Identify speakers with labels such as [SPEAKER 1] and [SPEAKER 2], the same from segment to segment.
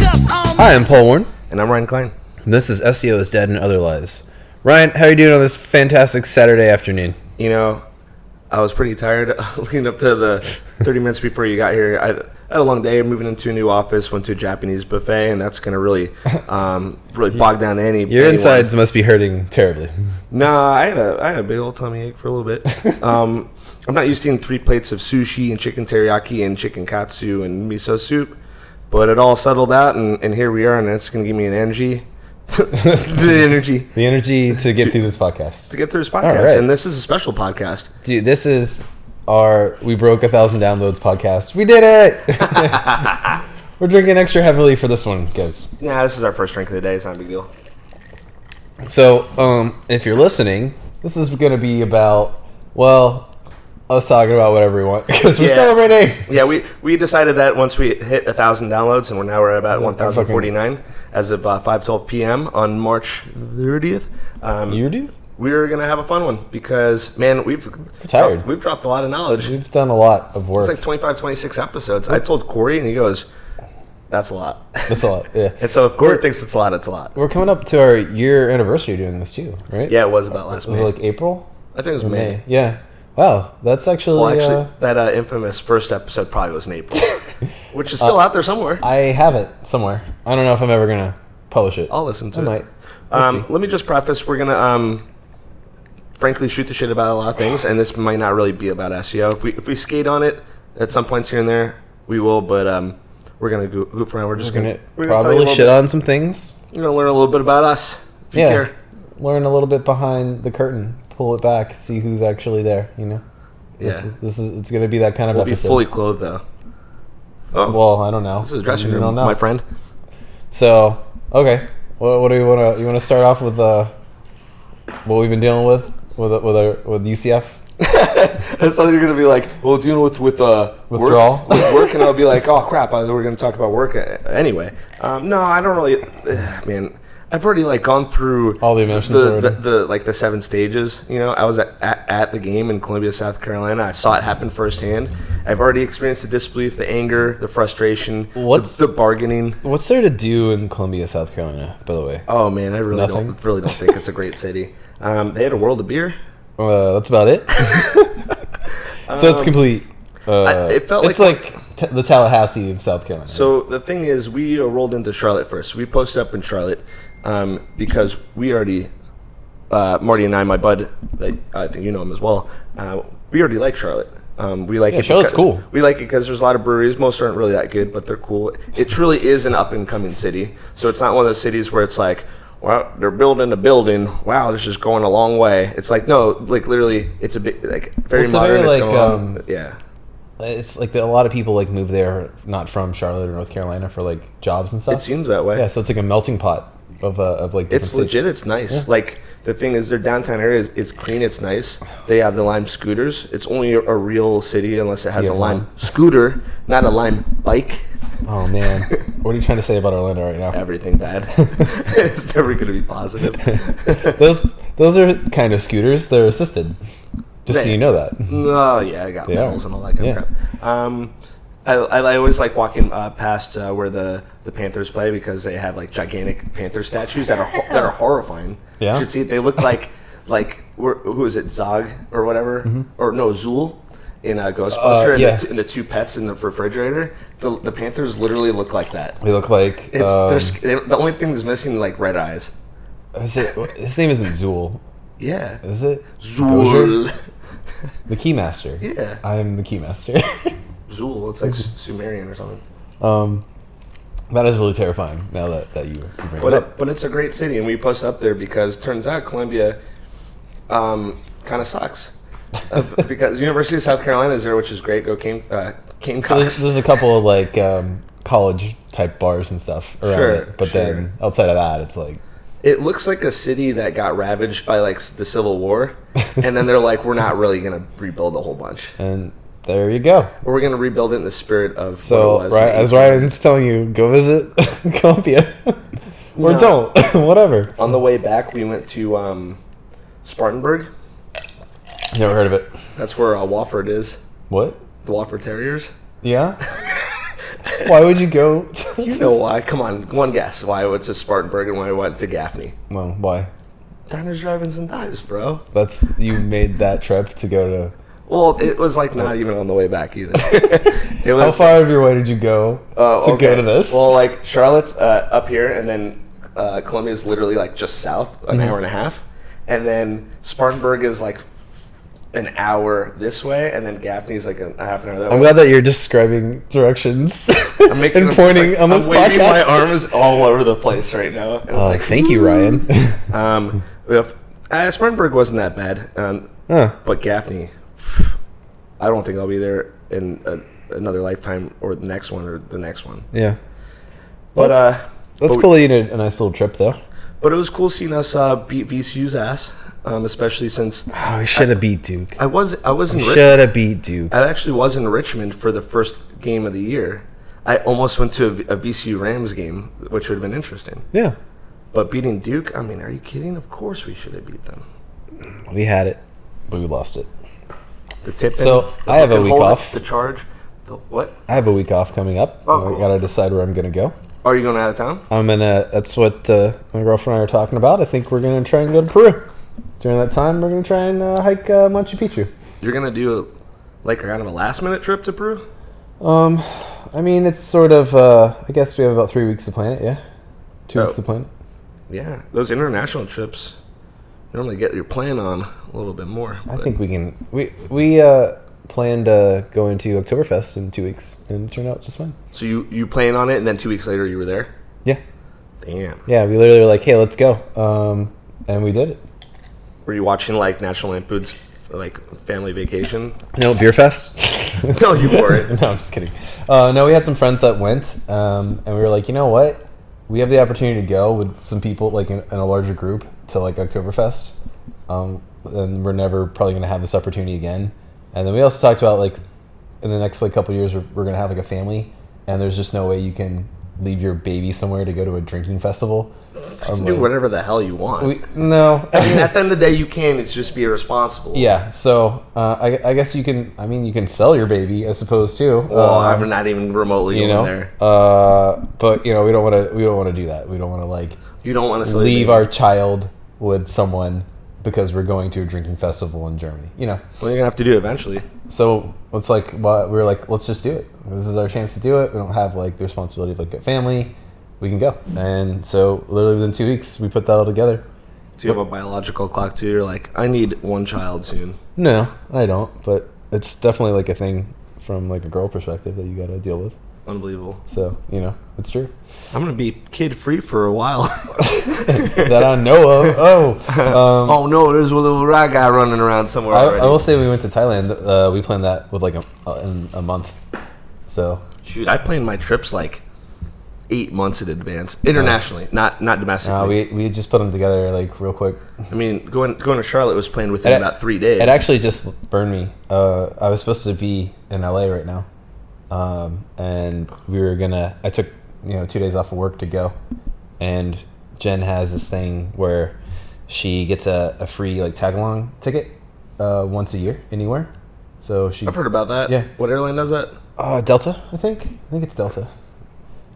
[SPEAKER 1] Hi, I'm Paul Warren.
[SPEAKER 2] And I'm Ryan Klein.
[SPEAKER 1] And this is SEO is Dead and Other Lies. Ryan, how are you doing on this fantastic Saturday afternoon?
[SPEAKER 2] You know, I was pretty tired leading up to the 30 minutes before you got here. I had a long day moving into a new office, went to a Japanese buffet, and that's going to really um, really bog down any.
[SPEAKER 1] Your
[SPEAKER 2] anyone.
[SPEAKER 1] insides must be hurting terribly.
[SPEAKER 2] Nah, I had, a, I had a big old tummy ache for a little bit. Um, I'm not used to eating three plates of sushi and chicken teriyaki and chicken katsu and miso soup, but it all settled out, and, and here we are, and it's going to give me an energy. the energy
[SPEAKER 1] The energy to get through this podcast.
[SPEAKER 2] to get through this podcast.
[SPEAKER 1] right.
[SPEAKER 2] And this is a special podcast.
[SPEAKER 1] Dude, this is our We Broke a Thousand Downloads podcast. We did it! We're drinking extra heavily for this one, guys.
[SPEAKER 2] Nah, this is our first drink of the day. It's not a big deal.
[SPEAKER 1] So, um, if you're listening, this is going to be about, well, us talking about whatever we want because we're
[SPEAKER 2] Yeah.
[SPEAKER 1] celebrating.
[SPEAKER 2] Yeah, we, we decided that once we hit a thousand downloads, and we're now we're at about one thousand forty nine as of uh, five twelve p.m. on March thirtieth. Um,
[SPEAKER 1] You do?
[SPEAKER 2] we're gonna have a fun one because man, we've
[SPEAKER 1] tired.
[SPEAKER 2] Dropped, we've dropped a lot of knowledge. It's
[SPEAKER 1] We've done a lot of work.
[SPEAKER 2] like 25, 26 episodes. I told Corey, and he goes, "That's a lot."
[SPEAKER 1] That's a lot, yeah.
[SPEAKER 2] and so if Corey thinks it's a lot, it's a lot.
[SPEAKER 1] We're coming up to our year anniversary doing this too, right?
[SPEAKER 2] Yeah, it was about last
[SPEAKER 1] Was
[SPEAKER 2] May.
[SPEAKER 1] it like April?
[SPEAKER 2] I think it was May.
[SPEAKER 1] May. Yeah. Wow, that's actually.
[SPEAKER 2] Well, actually,
[SPEAKER 1] uh,
[SPEAKER 2] that uh, infamous first episode probably was in April, which is
[SPEAKER 1] Uh,
[SPEAKER 2] still out there somewhere.
[SPEAKER 1] I have it somewhere. I don't know if I'm ever gonna publish it.
[SPEAKER 2] I'll listen to
[SPEAKER 1] I
[SPEAKER 2] it.
[SPEAKER 1] might. We'll
[SPEAKER 2] Um,
[SPEAKER 1] see.
[SPEAKER 2] let me just preface: we're gonna, um, frankly, shoot the shit about a lot of things, and this might not really be about SEO. If we if we skate on it at some points here and there, we will. But um, we're gonna go- goof around. We're just
[SPEAKER 1] I'm
[SPEAKER 2] gonna,
[SPEAKER 1] gonna
[SPEAKER 2] we're gonna tell
[SPEAKER 1] probably
[SPEAKER 2] you a little
[SPEAKER 1] shit
[SPEAKER 2] bit-
[SPEAKER 1] on some things.
[SPEAKER 2] We're gonna learn a little bit about us. If you
[SPEAKER 1] yeah.
[SPEAKER 2] care.
[SPEAKER 1] Learn a little bit behind the curtain. Pull it back. See who's actually there. You know. This
[SPEAKER 2] Yeah.
[SPEAKER 1] is, this is it's gonna be that kind of
[SPEAKER 2] We'll be
[SPEAKER 1] episode.
[SPEAKER 2] fully clothed though. Oh,
[SPEAKER 1] well, I don't know.
[SPEAKER 2] this is a dressing
[SPEAKER 1] You
[SPEAKER 2] room,
[SPEAKER 1] don't know.
[SPEAKER 2] my friend.
[SPEAKER 1] So okay, what, what do you want to? You want to start off with uh, what we've been dealing with with with our, with UCF?
[SPEAKER 2] I thought you were gonna be like, well, dealing with with uh, work-
[SPEAKER 1] Withdrawal?
[SPEAKER 2] with work, and I'll be like, oh crap, I, we're gonna talk about work uh, anyway. Um, no, I don't really, ugh, man. I've already like gone through
[SPEAKER 1] All the emotions
[SPEAKER 2] the, the,
[SPEAKER 1] already.
[SPEAKER 2] the like the seven stages. You know, I was at, at, at the game in Columbia, South Carolina. I saw it happen firsthand. I've already experienced the disbelief, the anger, the frustration, the-
[SPEAKER 1] What's-
[SPEAKER 2] the, bargaining.
[SPEAKER 1] What's there to do in Columbia, South Carolina? By the way,
[SPEAKER 2] Oh man, I really
[SPEAKER 1] Nothing.
[SPEAKER 2] don't really don't think it's a great city. Um, they had a world of beer.
[SPEAKER 1] uh, that's about it. so it's complete. Uh,
[SPEAKER 2] I- Um, it felt
[SPEAKER 1] it's
[SPEAKER 2] like-
[SPEAKER 1] like, t- the Tallahassee of South Carolina.
[SPEAKER 2] So the thing is, we uh, rolled into Charlotte first. We posted up in Charlotte um, because we already, uh, Marty and I, my bud, that I think you know him as well. Uh, we already like Charlotte. Um, we like it.
[SPEAKER 1] Charlotte's
[SPEAKER 2] because-
[SPEAKER 1] cool.
[SPEAKER 2] We like it because there's a lot of breweries. Most aren't really that good, but they're cool. It truly is an up and coming city. So it's not one of those cities where it's like, wow, they're building a building. Wow, this is going a long way. It's like no, like literally, it's a big like very
[SPEAKER 1] It's a very,
[SPEAKER 2] modern. it's
[SPEAKER 1] like,
[SPEAKER 2] going along-
[SPEAKER 1] um,
[SPEAKER 2] yeah.
[SPEAKER 1] it's like the, a lot of people like move there, not from Charlotte or North Carolina, for like jobs and stuff.
[SPEAKER 2] It seems that way.
[SPEAKER 1] yeah, so it's like a melting pot of uh, of like different
[SPEAKER 2] It's
[SPEAKER 1] states.
[SPEAKER 2] legit. It's nice. Like the thing is, their downtown area is it's clean. It's nice. They have the Lime scooters. It's only a, a real city unless it has a Lime
[SPEAKER 1] Lime.
[SPEAKER 2] scooter, not a Lime bike.
[SPEAKER 1] Oh man, what are you trying to say about Orlando right now?
[SPEAKER 2] Everything bad. it's never going to be positive.
[SPEAKER 1] Those those are kind of scooters. They're assisted. Just so
[SPEAKER 2] They-
[SPEAKER 1] you know that.
[SPEAKER 2] oh yeah, I got
[SPEAKER 1] Yeah.
[SPEAKER 2] medals and all that kind
[SPEAKER 1] Yeah.
[SPEAKER 2] of crap. Um, I, I, I always like walking uh, past uh, where the, the Panthers play because they have like gigantic Panther statues that are ho- that are horrifying.
[SPEAKER 1] Yeah.
[SPEAKER 2] you should see they look like like where, who is it Zog or whatever or no Zool in uh, Ghostbuster
[SPEAKER 1] Mm-hmm. Uh,
[SPEAKER 2] and,
[SPEAKER 1] yeah.
[SPEAKER 2] the t- and the two pets in the refrigerator. The, the Panthers literally look like that.
[SPEAKER 1] They look like
[SPEAKER 2] It's
[SPEAKER 1] um,
[SPEAKER 2] they're, sc- they, the only thing that's missing like red eyes.
[SPEAKER 1] is it- his name isn't Zool,
[SPEAKER 2] Yeah,
[SPEAKER 1] is it? Dozier?
[SPEAKER 2] Zool.
[SPEAKER 1] the Keymaster.
[SPEAKER 2] Yeah.
[SPEAKER 1] I'm the Keymaster.
[SPEAKER 2] Zool. It's like S- Sumerian or something.
[SPEAKER 1] um, that is really terrifying. Now that, that you, you bring
[SPEAKER 2] But
[SPEAKER 1] it up,
[SPEAKER 2] it, but it's a great city, and we post up there because turns out Columbia um, kind of sucks. Uh, because University of South Carolina is there, which is great. Go Came uh, Gamecocks.
[SPEAKER 1] there's, there's a couple of like um, college type bars and stuff around
[SPEAKER 2] Sure,
[SPEAKER 1] it. But
[SPEAKER 2] sure.
[SPEAKER 1] then outside of that, it's like
[SPEAKER 2] it looks like a city that got ravaged by like s- the Civil War, and then they're like, we're not really gonna rebuild a whole bunch,
[SPEAKER 1] and there you go.
[SPEAKER 2] or we're gonna rebuild it in the spirit of
[SPEAKER 1] So
[SPEAKER 2] what it was. in
[SPEAKER 1] right,
[SPEAKER 2] the
[SPEAKER 1] as
[SPEAKER 2] 1800s.
[SPEAKER 1] Ryan's telling you, go visit Columbia or
[SPEAKER 2] No.
[SPEAKER 1] don't, whatever.
[SPEAKER 2] On the way back, we went to um, Spartanburg.
[SPEAKER 1] Never heard of it.
[SPEAKER 2] That's where uh, Wofford is.
[SPEAKER 1] What?
[SPEAKER 2] The Wofford Terriers.
[SPEAKER 1] Yeah. Why would you go? To,
[SPEAKER 2] You know why? Come on, one guess. Why I went to Spartanburg and why I went to Gaffney?
[SPEAKER 1] Well, why?
[SPEAKER 2] Diners, drive-ins, and dives, bro.
[SPEAKER 1] That's you made that trip to go
[SPEAKER 2] Well, it was like not even on the way back either. it
[SPEAKER 1] to. How
[SPEAKER 2] was
[SPEAKER 1] far of your way did you go
[SPEAKER 2] oh,
[SPEAKER 1] to
[SPEAKER 2] okay.
[SPEAKER 1] go to this?
[SPEAKER 2] Well, like Charlotte's uh, up here, and then uh, Columbia is literally like just south, an
[SPEAKER 1] Mm-hmm.
[SPEAKER 2] hour and a half, and then Spartanburg is like an hour this way, and then Gaffney's like a, a half an hour that
[SPEAKER 1] I'm
[SPEAKER 2] way.
[SPEAKER 1] glad that you're describing directions
[SPEAKER 2] I'm making
[SPEAKER 1] and
[SPEAKER 2] I'm just
[SPEAKER 1] pointing.
[SPEAKER 2] like-
[SPEAKER 1] almost
[SPEAKER 2] I'm waving my
[SPEAKER 1] podcast.
[SPEAKER 2] arms all over the place right now. and I'm
[SPEAKER 1] Uh,
[SPEAKER 2] like,
[SPEAKER 1] thank you, Ryan.
[SPEAKER 2] Um, if, uh, Spartanburg wasn't that bad, um,
[SPEAKER 1] Huh.
[SPEAKER 2] but Gaffney, I don't think I'll be there in a, another lifetime or the next one or the next one.
[SPEAKER 1] Yeah,
[SPEAKER 2] But
[SPEAKER 1] That's-
[SPEAKER 2] uh,
[SPEAKER 1] that's
[SPEAKER 2] but,
[SPEAKER 1] cool. You did a nice little trip though.
[SPEAKER 2] but it was cool seeing us uh, beat VCU's ass, um, especially since
[SPEAKER 1] Oh, we should have beat Duke.
[SPEAKER 2] I was I was in Rich-
[SPEAKER 1] Should have beat Duke.
[SPEAKER 2] I actually was in Richmond for the first game of the year. I almost went to a, a VCU Rams game, which would have been interesting.
[SPEAKER 1] Yeah,
[SPEAKER 2] But beating Duke, I mean, are you kidding? Of course we should have beat them.
[SPEAKER 1] we had it, but we lost it.
[SPEAKER 2] The tip. in,
[SPEAKER 1] So,
[SPEAKER 2] the
[SPEAKER 1] I have a
[SPEAKER 2] hook and
[SPEAKER 1] week
[SPEAKER 2] hold,
[SPEAKER 1] off.
[SPEAKER 2] The charge. The what?
[SPEAKER 1] I have a week off coming up.
[SPEAKER 2] Oh,
[SPEAKER 1] I
[SPEAKER 2] cool.
[SPEAKER 1] gotta decide where I'm gonna go.
[SPEAKER 2] Are you going out of town?
[SPEAKER 1] I'm gonna. That's what uh, my girlfriend and I are talking about. I think we're gonna try and go to Peru. During that time, we're gonna try and uh, hike uh, Machu Picchu.
[SPEAKER 2] You're going to do like kind of a last minute trip to Peru?
[SPEAKER 1] Um, I mean, it's sort of. Uh, I guess we have about three weeks to plan it. Yeah, two weeks to
[SPEAKER 2] Oh.
[SPEAKER 1] plan it.
[SPEAKER 2] Yeah, those international trips normally get your plan on a little bit more.
[SPEAKER 1] I
[SPEAKER 2] but-
[SPEAKER 1] think we can. We we uh, planned uh, going to Oktoberfest in two weeks, and it turned out just fine.
[SPEAKER 2] so. You you plan on it, and then two weeks later you were there.
[SPEAKER 1] Yeah,
[SPEAKER 2] Damn.
[SPEAKER 1] yeah. We literally were like, "Hey, let's go," um, and we did it.
[SPEAKER 2] Were you watching like National Lampoon's like Family Vacation?
[SPEAKER 1] No beer fest.
[SPEAKER 2] No, you weren't.
[SPEAKER 1] no, I'm just kidding. Uh, no, we had some friends that went, um, and we were like, you know what? We have the opportunity to go with some people, like in, in a larger group, to like Oktoberfest. Um, and we're never probably going to have this opportunity again. And then we also talked about like in the next like couple years, we're, we're going to have like a family, and there's just no way you can leave your baby somewhere to go to a drinking festival. I'm
[SPEAKER 2] Do
[SPEAKER 1] like,
[SPEAKER 2] whatever the hell you want.
[SPEAKER 1] we, no,
[SPEAKER 2] I mean, at the end of the day, you can. It's just be irresponsible.
[SPEAKER 1] yeah. So uh, I, I guess you can. I mean, you can sell your baby, I suppose too.
[SPEAKER 2] Well,
[SPEAKER 1] Um,
[SPEAKER 2] I'm not even remotely
[SPEAKER 1] you
[SPEAKER 2] going
[SPEAKER 1] know.
[SPEAKER 2] there.
[SPEAKER 1] Uh, but you know, we don't want to. We don't want to do that. We don't want to like
[SPEAKER 2] You don't want to
[SPEAKER 1] leave our child with someone because we're going to a drinking festival in Germany. You know,
[SPEAKER 2] Well, you're gonna have to do it eventually.
[SPEAKER 1] so it's like why- we were like, let's just do it. This is our chance to do it. We don't have like the responsibility of like a family. We can go. And so, literally within two weeks, we put that all together.
[SPEAKER 2] Do you have a biological clock too? You're like, I need one child soon.
[SPEAKER 1] No, I don't. But it's definitely like a thing from like a girl perspective that you got to deal with.
[SPEAKER 2] Unbelievable.
[SPEAKER 1] So you know, it's true.
[SPEAKER 2] I'm gonna be kid free for a while.
[SPEAKER 1] that I know of. Oh, um,
[SPEAKER 2] oh no, there's a little rat guy running around somewhere
[SPEAKER 1] I,
[SPEAKER 2] already.
[SPEAKER 1] I will say we went to Thailand. Uh, we planned that with like a uh, in a month. So
[SPEAKER 2] Shoot, I plan my trips like eight months in advance, internationally, not not domestically.
[SPEAKER 1] uh, we we just put them together like real quick.
[SPEAKER 2] I mean, going going to Charlotte was planned within
[SPEAKER 1] It-
[SPEAKER 2] about three days.
[SPEAKER 1] It actually just burned me. Uh, I was supposed to be in LA right now, um, and we were gonna. I took you know two days off of work to go, and Jen has this thing where she gets a, a free like tag along ticket uh, once a year anywhere. So she
[SPEAKER 2] I've heard about that.
[SPEAKER 1] Yeah.
[SPEAKER 2] What airline does that? Is
[SPEAKER 1] uh, Delta, I think. I think it's Delta.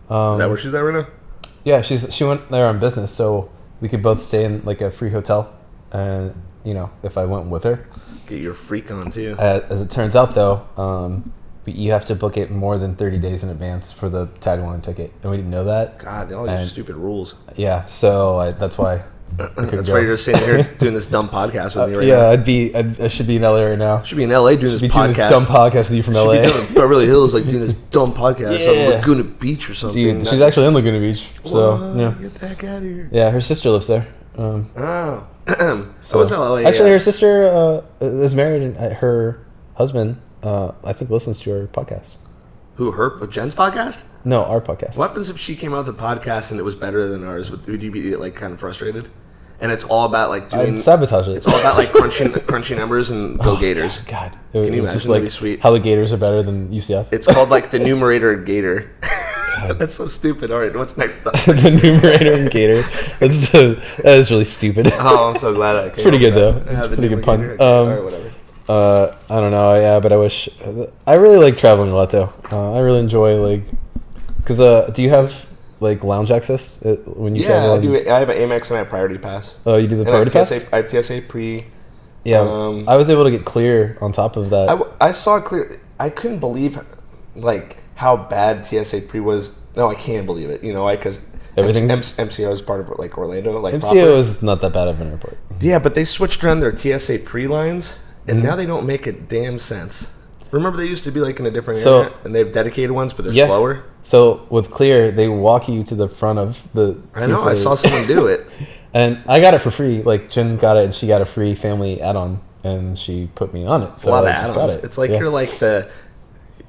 [SPEAKER 1] Um,
[SPEAKER 2] that where she's at right now?
[SPEAKER 1] Yeah, she's she went there on business, so we could both stay in like a free hotel, and you know if I went with her.
[SPEAKER 2] Get your freak on too.
[SPEAKER 1] Uh, as it turns out, though, um, we- you have to book it more than thirty days in advance for the tagline ticket, and we didn't know that.
[SPEAKER 2] God, all your
[SPEAKER 1] and-
[SPEAKER 2] stupid rules.
[SPEAKER 1] Yeah, so I, that's why. I couldn't
[SPEAKER 2] That's
[SPEAKER 1] go. Uh,
[SPEAKER 2] why you're just sitting here doing this dumb podcast with me right
[SPEAKER 1] yeah,
[SPEAKER 2] now.
[SPEAKER 1] I'd be I'd, I should be in LA right now.
[SPEAKER 2] Should be in LA doing
[SPEAKER 1] Be
[SPEAKER 2] this
[SPEAKER 1] doing
[SPEAKER 2] podcast.
[SPEAKER 1] this dumb podcast with you from LA.
[SPEAKER 2] Should be doing Beverly Hills, like doing this dumb podcast
[SPEAKER 1] Yeah.
[SPEAKER 2] on Laguna Beach or something.
[SPEAKER 1] Dude, she's actually in Laguna Beach, so
[SPEAKER 2] Whoa,
[SPEAKER 1] yeah,
[SPEAKER 2] Get the heck out of here.
[SPEAKER 1] yeah. Her sister lives there. Um,
[SPEAKER 2] Oh. so what's LA?
[SPEAKER 1] Actually,
[SPEAKER 2] uh,
[SPEAKER 1] her sister uh, is married, and uh, her husband, uh, I think, listens to our podcast.
[SPEAKER 2] who her Jen's podcast?
[SPEAKER 1] No, our podcast.
[SPEAKER 2] What happens if she came out with a podcast and it was better than ours? Would, would you be like kind of frustrated? And it's all about like doing.
[SPEAKER 1] I'd sabotage it. Oh
[SPEAKER 2] It's all about like crunching crunchy numbers and go Gators.
[SPEAKER 1] God,
[SPEAKER 2] Can you
[SPEAKER 1] it's just
[SPEAKER 2] imagine? That'd
[SPEAKER 1] like
[SPEAKER 2] be sweet.
[SPEAKER 1] how the Gators are better than UCF.
[SPEAKER 2] It's called like the numerator and Gator. That's so stupid. All right, what's next? up?
[SPEAKER 1] the numerator and Gator. That's so, that is really stupid.
[SPEAKER 2] Oh, I'm so glad. I it's
[SPEAKER 1] pretty good, though. It's pretty good pun. Um,
[SPEAKER 2] all right, whatever.
[SPEAKER 1] Uh, I don't know. Yeah, but I wish. I really like traveling a lot, though. Uh, I really enjoy like Because uh, do you have like lounge access uh, when you
[SPEAKER 2] Yeah,
[SPEAKER 1] travel?
[SPEAKER 2] I do. I have an Amex and I have Priority Pass.
[SPEAKER 1] Oh, you do the
[SPEAKER 2] And I have
[SPEAKER 1] priority pass.
[SPEAKER 2] TSA, I have TSA pre.
[SPEAKER 1] Yeah,
[SPEAKER 2] um,
[SPEAKER 1] I was able to get clear on top of that.
[SPEAKER 2] I, w- I saw clear. I couldn't believe, like how bad TSA pre was. No, I can believe it. You know, I because
[SPEAKER 1] Everything-
[SPEAKER 2] MCO is part of like Orlando, like proper.
[SPEAKER 1] MCO is not that bad of an airport.
[SPEAKER 2] Yeah, but they switched around their TSA pre lines, and
[SPEAKER 1] Mm-hmm.
[SPEAKER 2] now they don't make a damn sense. Remember, they used to be like in a different
[SPEAKER 1] So-
[SPEAKER 2] area, and they have dedicated ones, but they're
[SPEAKER 1] Yeah.
[SPEAKER 2] slower.
[SPEAKER 1] So with clear, they walk you to the front of the.
[SPEAKER 2] I know. I
[SPEAKER 1] TSA.
[SPEAKER 2] saw someone do it.
[SPEAKER 1] and I got it for free. Like Jen got it, and she got a free family add-on, and she put me on it.
[SPEAKER 2] A
[SPEAKER 1] So
[SPEAKER 2] lot of
[SPEAKER 1] I just got
[SPEAKER 2] add-ons.
[SPEAKER 1] it.
[SPEAKER 2] It's like
[SPEAKER 1] Yeah.
[SPEAKER 2] you're like the.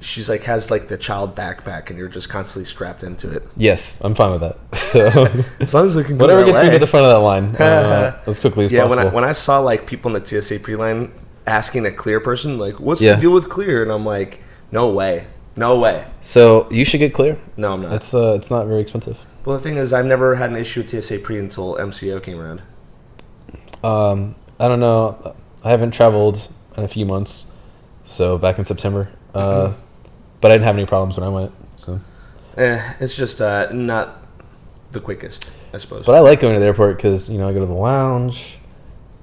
[SPEAKER 2] She's like has like the child backpack, and you're just constantly strapped into it.
[SPEAKER 1] Yes, I'm fine with that. So
[SPEAKER 2] As long as we can go
[SPEAKER 1] whatever
[SPEAKER 2] that
[SPEAKER 1] gets me
[SPEAKER 2] way.
[SPEAKER 1] to the front of that line uh, as quickly as
[SPEAKER 2] yeah, when
[SPEAKER 1] possible.
[SPEAKER 2] I, when I saw like people in the TSA pre line asking a clear person like, "What's
[SPEAKER 1] Yeah.
[SPEAKER 2] the deal with clear?" and I'm like, "No way, no way,
[SPEAKER 1] so you should get clear.
[SPEAKER 2] no, I'm not."
[SPEAKER 1] It's uh, it's not very expensive.
[SPEAKER 2] well, the thing is, I've never had an issue with TSA pre until MCO came around.
[SPEAKER 1] Um, I don't know. I haven't traveled in a few months, so back in September. Uh, But I didn't have any problems when I went. So,
[SPEAKER 2] Eh, it's just uh, not the quickest, I suppose.
[SPEAKER 1] but I like going to the airport because you know I go to the lounge.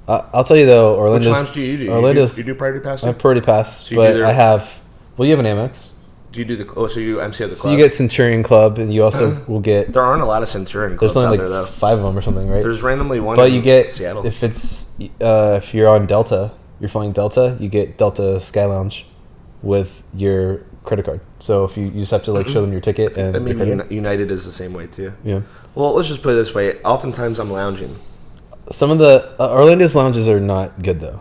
[SPEAKER 1] I, I'll tell you though,
[SPEAKER 2] Which
[SPEAKER 1] Orlando's
[SPEAKER 2] lounge do you do? You
[SPEAKER 1] Orlando's
[SPEAKER 2] do, you do priority pass?
[SPEAKER 1] I
[SPEAKER 2] too?
[SPEAKER 1] have priority pass,
[SPEAKER 2] So you do
[SPEAKER 1] but
[SPEAKER 2] their-
[SPEAKER 1] I have. Well, you have an Amex,
[SPEAKER 2] do you do the? Oh, so you MCO the club?
[SPEAKER 1] so you get Centurion Club, and you also will get.
[SPEAKER 2] there aren't a lot of Centurion clubs
[SPEAKER 1] There's only
[SPEAKER 2] out
[SPEAKER 1] like
[SPEAKER 2] there though.
[SPEAKER 1] five of them or something, right?
[SPEAKER 2] There's randomly one.
[SPEAKER 1] But
[SPEAKER 2] in
[SPEAKER 1] you get
[SPEAKER 2] Um, Seattle.
[SPEAKER 1] if it's uh, if you're on Delta, you're flying Delta, you get Delta Sky Lounge with your credit card. So if you, you just have to like show them your ticket and
[SPEAKER 2] and
[SPEAKER 1] your
[SPEAKER 2] maybe
[SPEAKER 1] credit-
[SPEAKER 2] Uni- United is the same way too.
[SPEAKER 1] yeah.
[SPEAKER 2] Well, let's just put it this way. Oftentimes, I'm lounging.
[SPEAKER 1] Some of the uh, Orlando's lounges are not good though.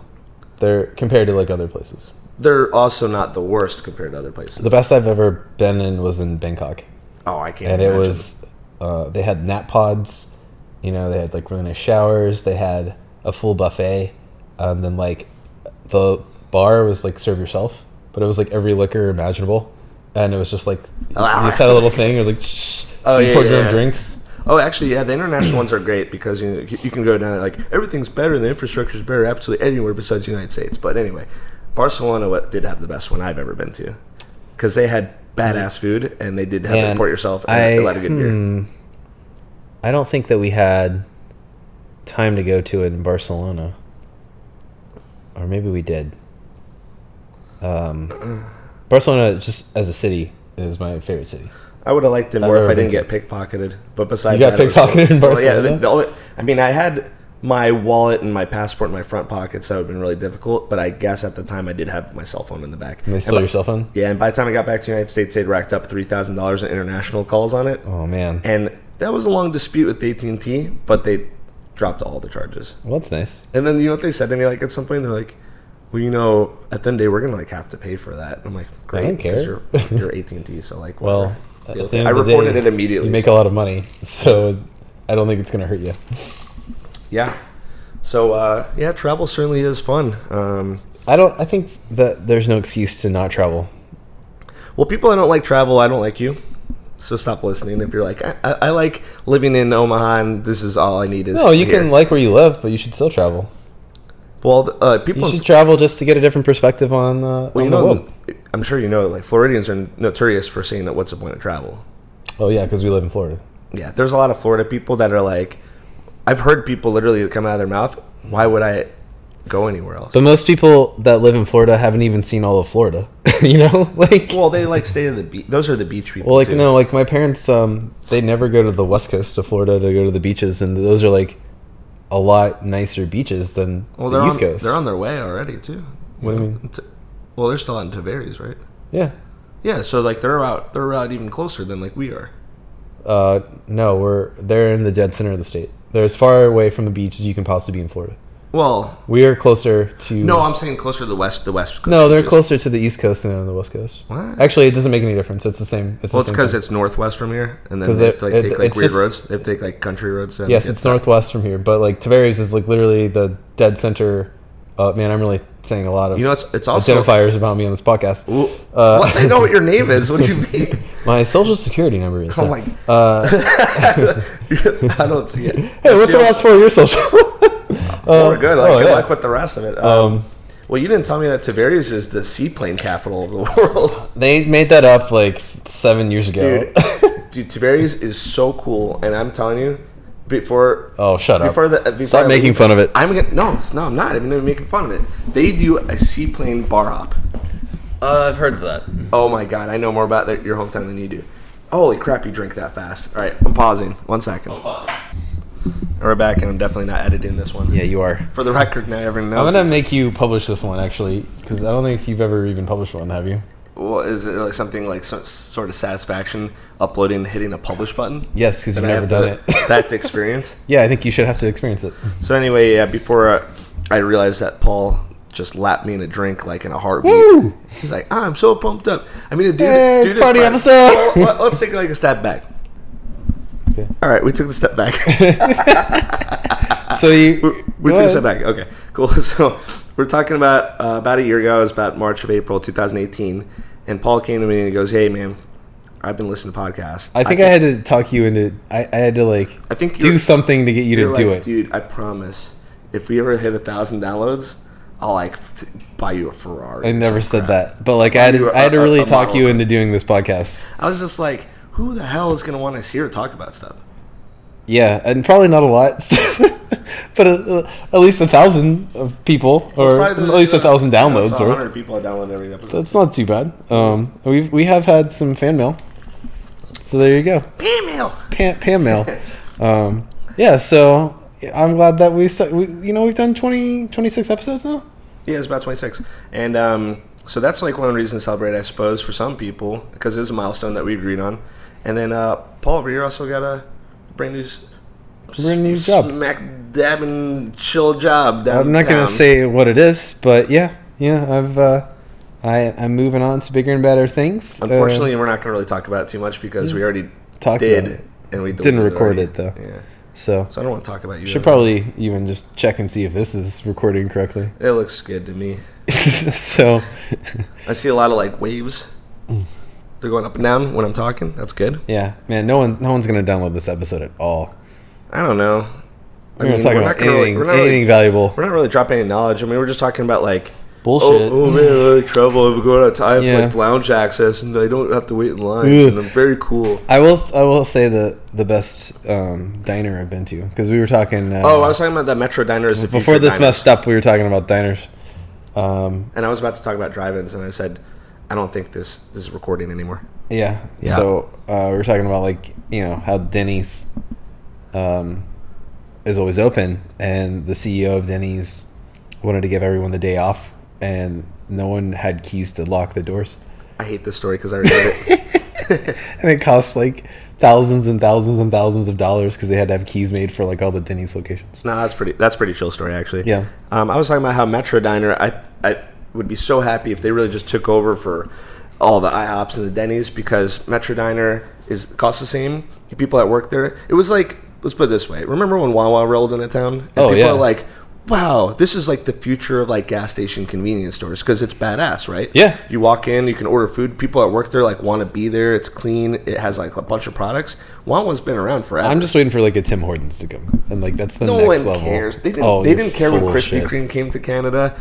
[SPEAKER 1] They're compared to like other places.
[SPEAKER 2] They're also not the worst compared to other places.
[SPEAKER 1] The best I've ever been in was in Bangkok,
[SPEAKER 2] oh, I can't.
[SPEAKER 1] and it
[SPEAKER 2] imagine.
[SPEAKER 1] was uh, they had nap pods. You know, they had like really nice showers. They had a full buffet, and then like the bar was like serve yourself, but it was like every liquor imaginable, and it was just like you just had a little thing. It was like
[SPEAKER 2] Oh,
[SPEAKER 1] so you
[SPEAKER 2] yeah,
[SPEAKER 1] poured your
[SPEAKER 2] yeah.
[SPEAKER 1] own drinks.
[SPEAKER 2] Oh, actually, yeah. The international ones are great because you know, you you can go down like everything's better. The infrastructure's better absolutely anywhere besides the United States. But anyway, Barcelona wa- did have the best one I've ever been to because they had badass food and they did have it
[SPEAKER 1] Mm. And
[SPEAKER 2] port yourself and
[SPEAKER 1] I-
[SPEAKER 2] a lot of good beer.
[SPEAKER 1] hmm, I don't think that we had time to go to it in Barcelona, or maybe we did. Um, Barcelona, just as a city, is my favorite city.
[SPEAKER 2] I would have liked it more if
[SPEAKER 1] never
[SPEAKER 2] I didn't
[SPEAKER 1] been
[SPEAKER 2] get pickpocketed. But besides,
[SPEAKER 1] You got
[SPEAKER 2] that, it was cool.
[SPEAKER 1] pickpocketed in
[SPEAKER 2] Well, yeah, the-
[SPEAKER 1] Barcelona?
[SPEAKER 2] the only- I mean, I had my wallet and my passport in my front pockets. that would have been really difficult. But I guess at the time I did have my cell phone in the back.
[SPEAKER 1] And they
[SPEAKER 2] And
[SPEAKER 1] stole
[SPEAKER 2] by-
[SPEAKER 1] your cell phone.
[SPEAKER 2] Yeah, and by the time I got back to the United States, they'd racked up three thousand dollars in international calls on it,
[SPEAKER 1] Oh man,
[SPEAKER 2] and that was a long dispute with AT and T, but they dropped all the charges.
[SPEAKER 1] well that's nice.
[SPEAKER 2] And then you know what they said to me? Like at some point, they're like, "Well, you know, at the end of the day, we're gonna like have to pay for that." I'm like, "Great,
[SPEAKER 1] don't
[SPEAKER 2] because
[SPEAKER 1] care."
[SPEAKER 2] You're, you're AT and T, so like,
[SPEAKER 1] Well, at
[SPEAKER 2] whatever.
[SPEAKER 1] the end
[SPEAKER 2] I
[SPEAKER 1] of the
[SPEAKER 2] reported
[SPEAKER 1] day,
[SPEAKER 2] it immediately.
[SPEAKER 1] You make
[SPEAKER 2] so-
[SPEAKER 1] a lot of money, so I don't think it's gonna hurt you.
[SPEAKER 2] yeah. So uh, yeah, travel certainly is fun. Um,
[SPEAKER 1] I don't. I think that there's no excuse to not travel.
[SPEAKER 2] Well, people that don't like travel, I don't like you. So stop listening if you're like, I, I, I like living in Omaha and this is all I need is.
[SPEAKER 1] No, you
[SPEAKER 2] here."
[SPEAKER 1] can like where you live, but you should still travel.
[SPEAKER 2] Well, th- uh, people.
[SPEAKER 1] You
[SPEAKER 2] in-
[SPEAKER 1] should travel just to get a different perspective on, uh,
[SPEAKER 2] well,
[SPEAKER 1] on the
[SPEAKER 2] you know,
[SPEAKER 1] world.
[SPEAKER 2] I'm sure you know, like Floridians are notorious for saying that what's the point of travel?
[SPEAKER 1] Oh yeah, because we live in Florida.
[SPEAKER 2] Yeah, there's a lot of Florida people that are like, I've heard people literally come out of their mouth. Why would I go anywhere else?
[SPEAKER 1] But most people that live in Florida haven't even seen all of Florida. you know, like well,
[SPEAKER 2] well, they like stay to the beach. Those are the beach people.
[SPEAKER 1] like
[SPEAKER 2] too.
[SPEAKER 1] no, like my parents, um, they never go to the west coast of Florida to go to the beaches, and those are like a lot nicer beaches than
[SPEAKER 2] well, they're
[SPEAKER 1] the east
[SPEAKER 2] on,
[SPEAKER 1] coast.
[SPEAKER 2] They're on their way already too.
[SPEAKER 1] What do you mean?
[SPEAKER 2] T- Well, they're still on Tavares, right?
[SPEAKER 1] yeah.
[SPEAKER 2] Yeah, so like they're out they're out even closer than like we are.
[SPEAKER 1] Uh, no, we're they're in the dead center of the state. They're as far away from the beach as you can possibly be in Florida.
[SPEAKER 2] Well,
[SPEAKER 1] We are closer to
[SPEAKER 2] no, I'm saying closer to the west the west coast.
[SPEAKER 1] No, they're
[SPEAKER 2] which is-
[SPEAKER 1] closer to the east coast than on the west coast.
[SPEAKER 2] What?
[SPEAKER 1] Actually, it doesn't make any difference. It's the same. It's
[SPEAKER 2] Well,
[SPEAKER 1] the
[SPEAKER 2] it's
[SPEAKER 1] same
[SPEAKER 2] because
[SPEAKER 1] thing.
[SPEAKER 2] it's northwest from here, and then
[SPEAKER 1] 'Cause
[SPEAKER 2] they have to
[SPEAKER 1] it-
[SPEAKER 2] like
[SPEAKER 1] it-
[SPEAKER 2] take like
[SPEAKER 1] it's
[SPEAKER 2] weird
[SPEAKER 1] just-
[SPEAKER 2] roads. They have to take like country roads. And
[SPEAKER 1] Yes,
[SPEAKER 2] get
[SPEAKER 1] it's
[SPEAKER 2] stuck.
[SPEAKER 1] northwest from here, but like Tavares is like literally the dead center. Uh, man, I'm really saying a lot of
[SPEAKER 2] You know, it's it's also.
[SPEAKER 1] identifiers about me on this podcast.
[SPEAKER 2] Well,
[SPEAKER 1] Uh,
[SPEAKER 2] what? I know what your name is. What do you mean?
[SPEAKER 1] My social security number is.
[SPEAKER 2] Oh
[SPEAKER 1] now.
[SPEAKER 2] my!
[SPEAKER 1] Uh,
[SPEAKER 2] I don't see it.
[SPEAKER 1] hey, what's the last four of your social?
[SPEAKER 2] We're good. Like,
[SPEAKER 1] oh,
[SPEAKER 2] good
[SPEAKER 1] yeah.
[SPEAKER 2] luck with the rest of it. Um, well, you didn't tell me that Tavares is the seaplane capital of the world.
[SPEAKER 1] they made that up like seven years ago.
[SPEAKER 2] Dude, dude, Tiberius is so cool, and I'm telling you, before
[SPEAKER 1] Oh, shut up.
[SPEAKER 2] before the before
[SPEAKER 1] Stop
[SPEAKER 2] I
[SPEAKER 1] making
[SPEAKER 2] leave-
[SPEAKER 1] fun of it.
[SPEAKER 2] I'm gonna no, it's- no, I'm not. I'm not making fun of it. They do a seaplane bar hop.
[SPEAKER 3] Uh, I've heard of that.
[SPEAKER 2] Oh my god, I know more about that, your hometown than you do. Holy crap, you drink that fast. All right, I'm pausing. One second. And We're back, and I'm definitely not editing this one.
[SPEAKER 1] Yeah, you are.
[SPEAKER 2] For the record, now everyone knows.
[SPEAKER 1] I'm gonna
[SPEAKER 2] it's-
[SPEAKER 1] make you publish this one actually, because I don't think you've ever even published one, have you?
[SPEAKER 2] Well, is it like something like so, sort of satisfaction uploading, hitting a publish button?
[SPEAKER 1] Yes, because
[SPEAKER 2] That
[SPEAKER 1] you've
[SPEAKER 2] I
[SPEAKER 1] never
[SPEAKER 2] have
[SPEAKER 1] done
[SPEAKER 2] to-
[SPEAKER 1] it.
[SPEAKER 2] that experience.
[SPEAKER 1] yeah, I think you should have to experience it.
[SPEAKER 2] So anyway, yeah. Before uh, I realized that Paul just lapped me in a drink like in a heartbeat.
[SPEAKER 1] Woo!
[SPEAKER 2] He's like, "Ah, I'm so pumped up. I mean, dude,
[SPEAKER 1] Hey, it's
[SPEAKER 2] dude is
[SPEAKER 1] party
[SPEAKER 2] fine.
[SPEAKER 1] episode.
[SPEAKER 2] Well, let- let's take like a step back.
[SPEAKER 1] Okay.
[SPEAKER 2] All right, we took the step back.
[SPEAKER 1] Uh, So you
[SPEAKER 2] we we
[SPEAKER 1] go
[SPEAKER 2] took a
[SPEAKER 1] ahead.
[SPEAKER 2] step back. Okay, cool. So we're talking about uh, about a year ago. It was about March of April 2018, and Paul came to me and he goes, "Hey, man, I've been listening to podcasts.
[SPEAKER 1] I think I, had to talk you into. I, I had to like
[SPEAKER 2] I think
[SPEAKER 1] do
[SPEAKER 2] you're-
[SPEAKER 1] something to get you to
[SPEAKER 2] You're
[SPEAKER 1] do
[SPEAKER 2] like,
[SPEAKER 1] it.
[SPEAKER 2] dude. I promise, if we ever hit a thousand downloads, I'll like t- buy you a Ferrari."
[SPEAKER 1] I
[SPEAKER 2] or
[SPEAKER 1] never
[SPEAKER 2] some
[SPEAKER 1] said
[SPEAKER 2] crap.
[SPEAKER 1] that, but like I had,
[SPEAKER 2] you
[SPEAKER 1] to, I had to
[SPEAKER 2] a- a-
[SPEAKER 1] really
[SPEAKER 2] a
[SPEAKER 1] talk
[SPEAKER 2] model
[SPEAKER 1] you
[SPEAKER 2] of-
[SPEAKER 1] into doing this podcast.
[SPEAKER 2] I was just like, "Who the hell is gonna want us here to talk about stuff?"
[SPEAKER 1] Yeah, and probably not a lot, but uh, uh, at least a thousand of people, or
[SPEAKER 2] It's
[SPEAKER 1] at
[SPEAKER 2] probably the-
[SPEAKER 1] least a
[SPEAKER 2] the-
[SPEAKER 1] thousand
[SPEAKER 2] you know,
[SPEAKER 1] downloads.
[SPEAKER 2] it's
[SPEAKER 1] Or
[SPEAKER 2] 100 people that download every episode.
[SPEAKER 1] that's not too bad. Um, we we have had some fan mail, so there you go,
[SPEAKER 2] Email.
[SPEAKER 1] Pam, Pam mail. Um, yeah, so I'm glad that we, se- we you know we've done 20, 26 episodes now.
[SPEAKER 2] Yeah, it's about 26. And um, so that's like one reason to celebrate, I suppose, for some people, because it was a milestone that we agreed on. And then uh, Paul over here also got a brand new, s-
[SPEAKER 1] Brand new
[SPEAKER 2] s-
[SPEAKER 1] job.
[SPEAKER 2] smack dabbing chill job. Down,
[SPEAKER 1] I'm not gonna
[SPEAKER 2] down.
[SPEAKER 1] say what it is, but yeah, yeah, I've uh, I I'm moving on to bigger and better things. Uh,
[SPEAKER 2] Unfortunately, we're not gonna really talk about it too much because we already
[SPEAKER 1] Talked
[SPEAKER 2] did,
[SPEAKER 1] about it.
[SPEAKER 2] and we
[SPEAKER 1] Didn't
[SPEAKER 2] deleted
[SPEAKER 1] record it,
[SPEAKER 2] already.
[SPEAKER 1] though.
[SPEAKER 2] Yeah,
[SPEAKER 1] Um, so
[SPEAKER 2] so I don't want to talk about you.
[SPEAKER 1] should
[SPEAKER 2] anymore.
[SPEAKER 1] probably even just check and see if this is recording correctly.
[SPEAKER 2] It looks good to me.
[SPEAKER 1] so
[SPEAKER 2] I see a lot of like waves. They're going up and down when I'm talking. That's good.
[SPEAKER 1] Mm. yeah, man, no one no one's gonna download this episode at all.
[SPEAKER 2] I don't know. I
[SPEAKER 1] We're gonna
[SPEAKER 2] mean,
[SPEAKER 1] talk
[SPEAKER 2] we're
[SPEAKER 1] about
[SPEAKER 2] not gonna really-
[SPEAKER 1] anything
[SPEAKER 2] we're not really-
[SPEAKER 1] anything valuable.
[SPEAKER 2] We're not really dropping any knowledge. I mean, we're just talking about like
[SPEAKER 1] Bullshit.
[SPEAKER 2] Oh, oh man, I like travel. I go out of time,
[SPEAKER 1] Yeah.
[SPEAKER 2] like lounge access, and I don't have to wait in lines,
[SPEAKER 1] Ugh.
[SPEAKER 2] and I'm very cool.
[SPEAKER 1] I will s- I will say the the best um, diner I've been to because we were talking. Uh,
[SPEAKER 2] Oh, I was talking about that Metro Diner is the
[SPEAKER 1] before
[SPEAKER 2] future
[SPEAKER 1] this
[SPEAKER 2] diner.
[SPEAKER 1] messed up, we were talking about diners. Um,
[SPEAKER 2] and I was about to talk about drive-ins, and I said, I don't think this this is recording anymore.
[SPEAKER 1] Yeah.
[SPEAKER 2] Yeah.
[SPEAKER 1] So uh, we were talking about like you know how Denny's um, is always open, and the CEO of Denny's wanted to give everyone the day off, and no one had keys to lock the doors,
[SPEAKER 2] I hate this story because I already heard it.
[SPEAKER 1] and it cost like thousands and thousands and thousands of dollars because they had to have keys made for like all the Denny's locations.
[SPEAKER 2] No, that's pretty. That's a pretty chill story actually.
[SPEAKER 1] Yeah.
[SPEAKER 2] Um, I was talking about how Metro Diner. I I would be so happy if they really just took over for all the IHOPs and the Denny's because Metro Diner is costs the same. The people that work there. It was like let's put it this way. Remember when Wawa rolled into town? And
[SPEAKER 1] Oh,
[SPEAKER 2] people
[SPEAKER 1] yeah.
[SPEAKER 2] are like. Wow, this is like the future of like gas station convenience stores because it's badass, right?
[SPEAKER 1] Yeah.
[SPEAKER 2] You walk in, you can order food. People at work there like want to be there. It's clean. It has like a bunch of products. Wawa's been around forever.
[SPEAKER 1] I'm just waiting for like a Tim Hortons to come, and like that's the
[SPEAKER 2] No
[SPEAKER 1] next
[SPEAKER 2] one
[SPEAKER 1] level.
[SPEAKER 2] cares. They didn't,
[SPEAKER 1] Oh,
[SPEAKER 2] they
[SPEAKER 1] you're
[SPEAKER 2] didn't care when
[SPEAKER 1] full of
[SPEAKER 2] Krispy
[SPEAKER 1] shit.
[SPEAKER 2] Kreme came to Canada.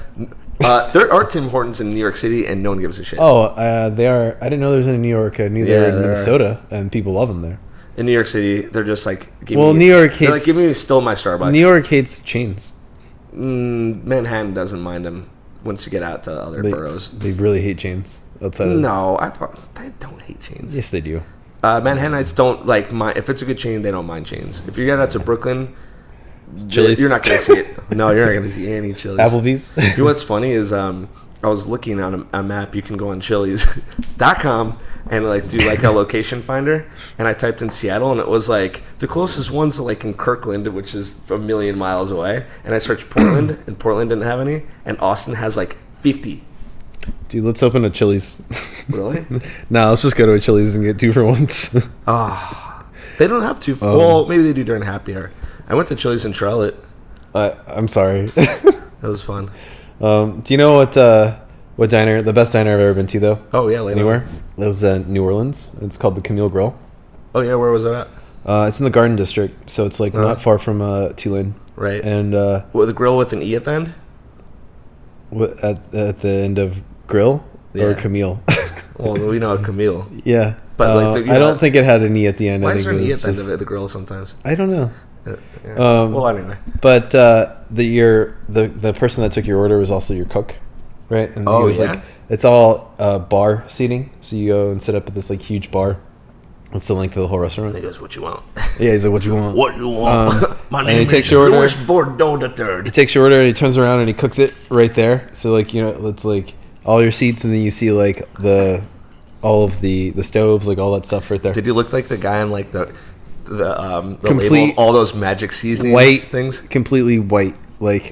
[SPEAKER 2] Uh, there are Tim Hortons in New York City, and no one gives a shit.
[SPEAKER 1] Oh, uh, they are. I didn't know there was any New York. I knew they
[SPEAKER 2] Yeah,
[SPEAKER 1] were in
[SPEAKER 2] there are.
[SPEAKER 1] Minnesota, and people love them there.
[SPEAKER 2] In New York City, they're just like, give
[SPEAKER 1] Well,
[SPEAKER 2] me,
[SPEAKER 1] New York
[SPEAKER 2] they're
[SPEAKER 1] hates-
[SPEAKER 2] like, give me still my Starbucks.
[SPEAKER 1] New York hates chains.
[SPEAKER 2] Mm, Manhattan doesn't mind them once you get out to other
[SPEAKER 1] They,
[SPEAKER 2] boroughs.
[SPEAKER 1] they really hate chains outside. Of,
[SPEAKER 2] No, I, pro- I don't hate chains.
[SPEAKER 1] yes, they do.
[SPEAKER 2] Uh, Manhattanites don't like mind if it's a good chain. They don't mind chains. If you get out to Brooklyn,
[SPEAKER 1] Chili's.
[SPEAKER 2] you're not gonna see it. No, you're not gonna see any Chili's.
[SPEAKER 1] Applebee's.
[SPEAKER 2] You know what's funny is um, I was looking on a, a map. You can go on Chili's.com and like do like a location finder, and I typed in Seattle, and it was like the closest ones like in Kirkland, which is a million miles away, and I searched Portland, and Portland didn't have any, and Austin has like fifty.
[SPEAKER 1] Dude, let's open a Chili's.
[SPEAKER 2] Really?
[SPEAKER 1] nah, let's just go to a Chili's and get two for once.
[SPEAKER 2] they don't have two.
[SPEAKER 1] Um,
[SPEAKER 2] well, maybe they do during happy hour. I went to Chili's in Charlotte.
[SPEAKER 1] I I'm sorry.
[SPEAKER 2] That was fun.
[SPEAKER 1] um, do you know what uh, what diner? The best diner I've ever been to though.
[SPEAKER 2] Oh yeah, later.
[SPEAKER 1] Anywhere? It was uh, New Orleans. It's called the Camille Grill.
[SPEAKER 2] Oh yeah, where was that at?
[SPEAKER 1] Uh, it's in the Garden District, so it's like not far from uh, Tulane.
[SPEAKER 2] Uh-huh. Right.
[SPEAKER 1] And uh,
[SPEAKER 2] With a grill with an e at the end.
[SPEAKER 1] wh- at at the end of Grill
[SPEAKER 2] Yeah.
[SPEAKER 1] or Camille.
[SPEAKER 2] Well, we know Camille.
[SPEAKER 1] yeah.
[SPEAKER 2] But
[SPEAKER 1] Uh,
[SPEAKER 2] like, the, you
[SPEAKER 1] I
[SPEAKER 2] know,
[SPEAKER 1] don't think it had any at the end.
[SPEAKER 2] why
[SPEAKER 1] I
[SPEAKER 2] is
[SPEAKER 1] think
[SPEAKER 2] there an
[SPEAKER 1] it
[SPEAKER 2] e at
[SPEAKER 1] was
[SPEAKER 2] the end
[SPEAKER 1] just-
[SPEAKER 2] of it? The girl sometimes.
[SPEAKER 1] I don't know.
[SPEAKER 2] Yeah.
[SPEAKER 1] Um,
[SPEAKER 2] well, anyway.
[SPEAKER 1] But uh, the your the the person that took your order was also your cook, right? And
[SPEAKER 2] Oh, yeah?
[SPEAKER 1] like it's all uh, bar seating, so you go and sit up at this like huge bar. It's the length of the whole
[SPEAKER 2] He
[SPEAKER 1] restaurant.
[SPEAKER 2] goes, "What you want?
[SPEAKER 1] Yeah, he's like, "What you want?"
[SPEAKER 2] What you want?
[SPEAKER 1] Um,
[SPEAKER 2] My
[SPEAKER 1] and he
[SPEAKER 2] name
[SPEAKER 1] takes
[SPEAKER 2] is
[SPEAKER 1] your order.
[SPEAKER 2] Louis Bordeaux the Third.
[SPEAKER 1] He takes your order and he turns around and he cooks it right there. So like you know, it's like all your seats, and then you see like the all of the the stoves, like all that stuff right there.
[SPEAKER 2] Did you look like the guy in like the the um the label
[SPEAKER 1] Complete
[SPEAKER 2] of all those magic seasoning
[SPEAKER 1] white
[SPEAKER 2] things?
[SPEAKER 1] completely white, like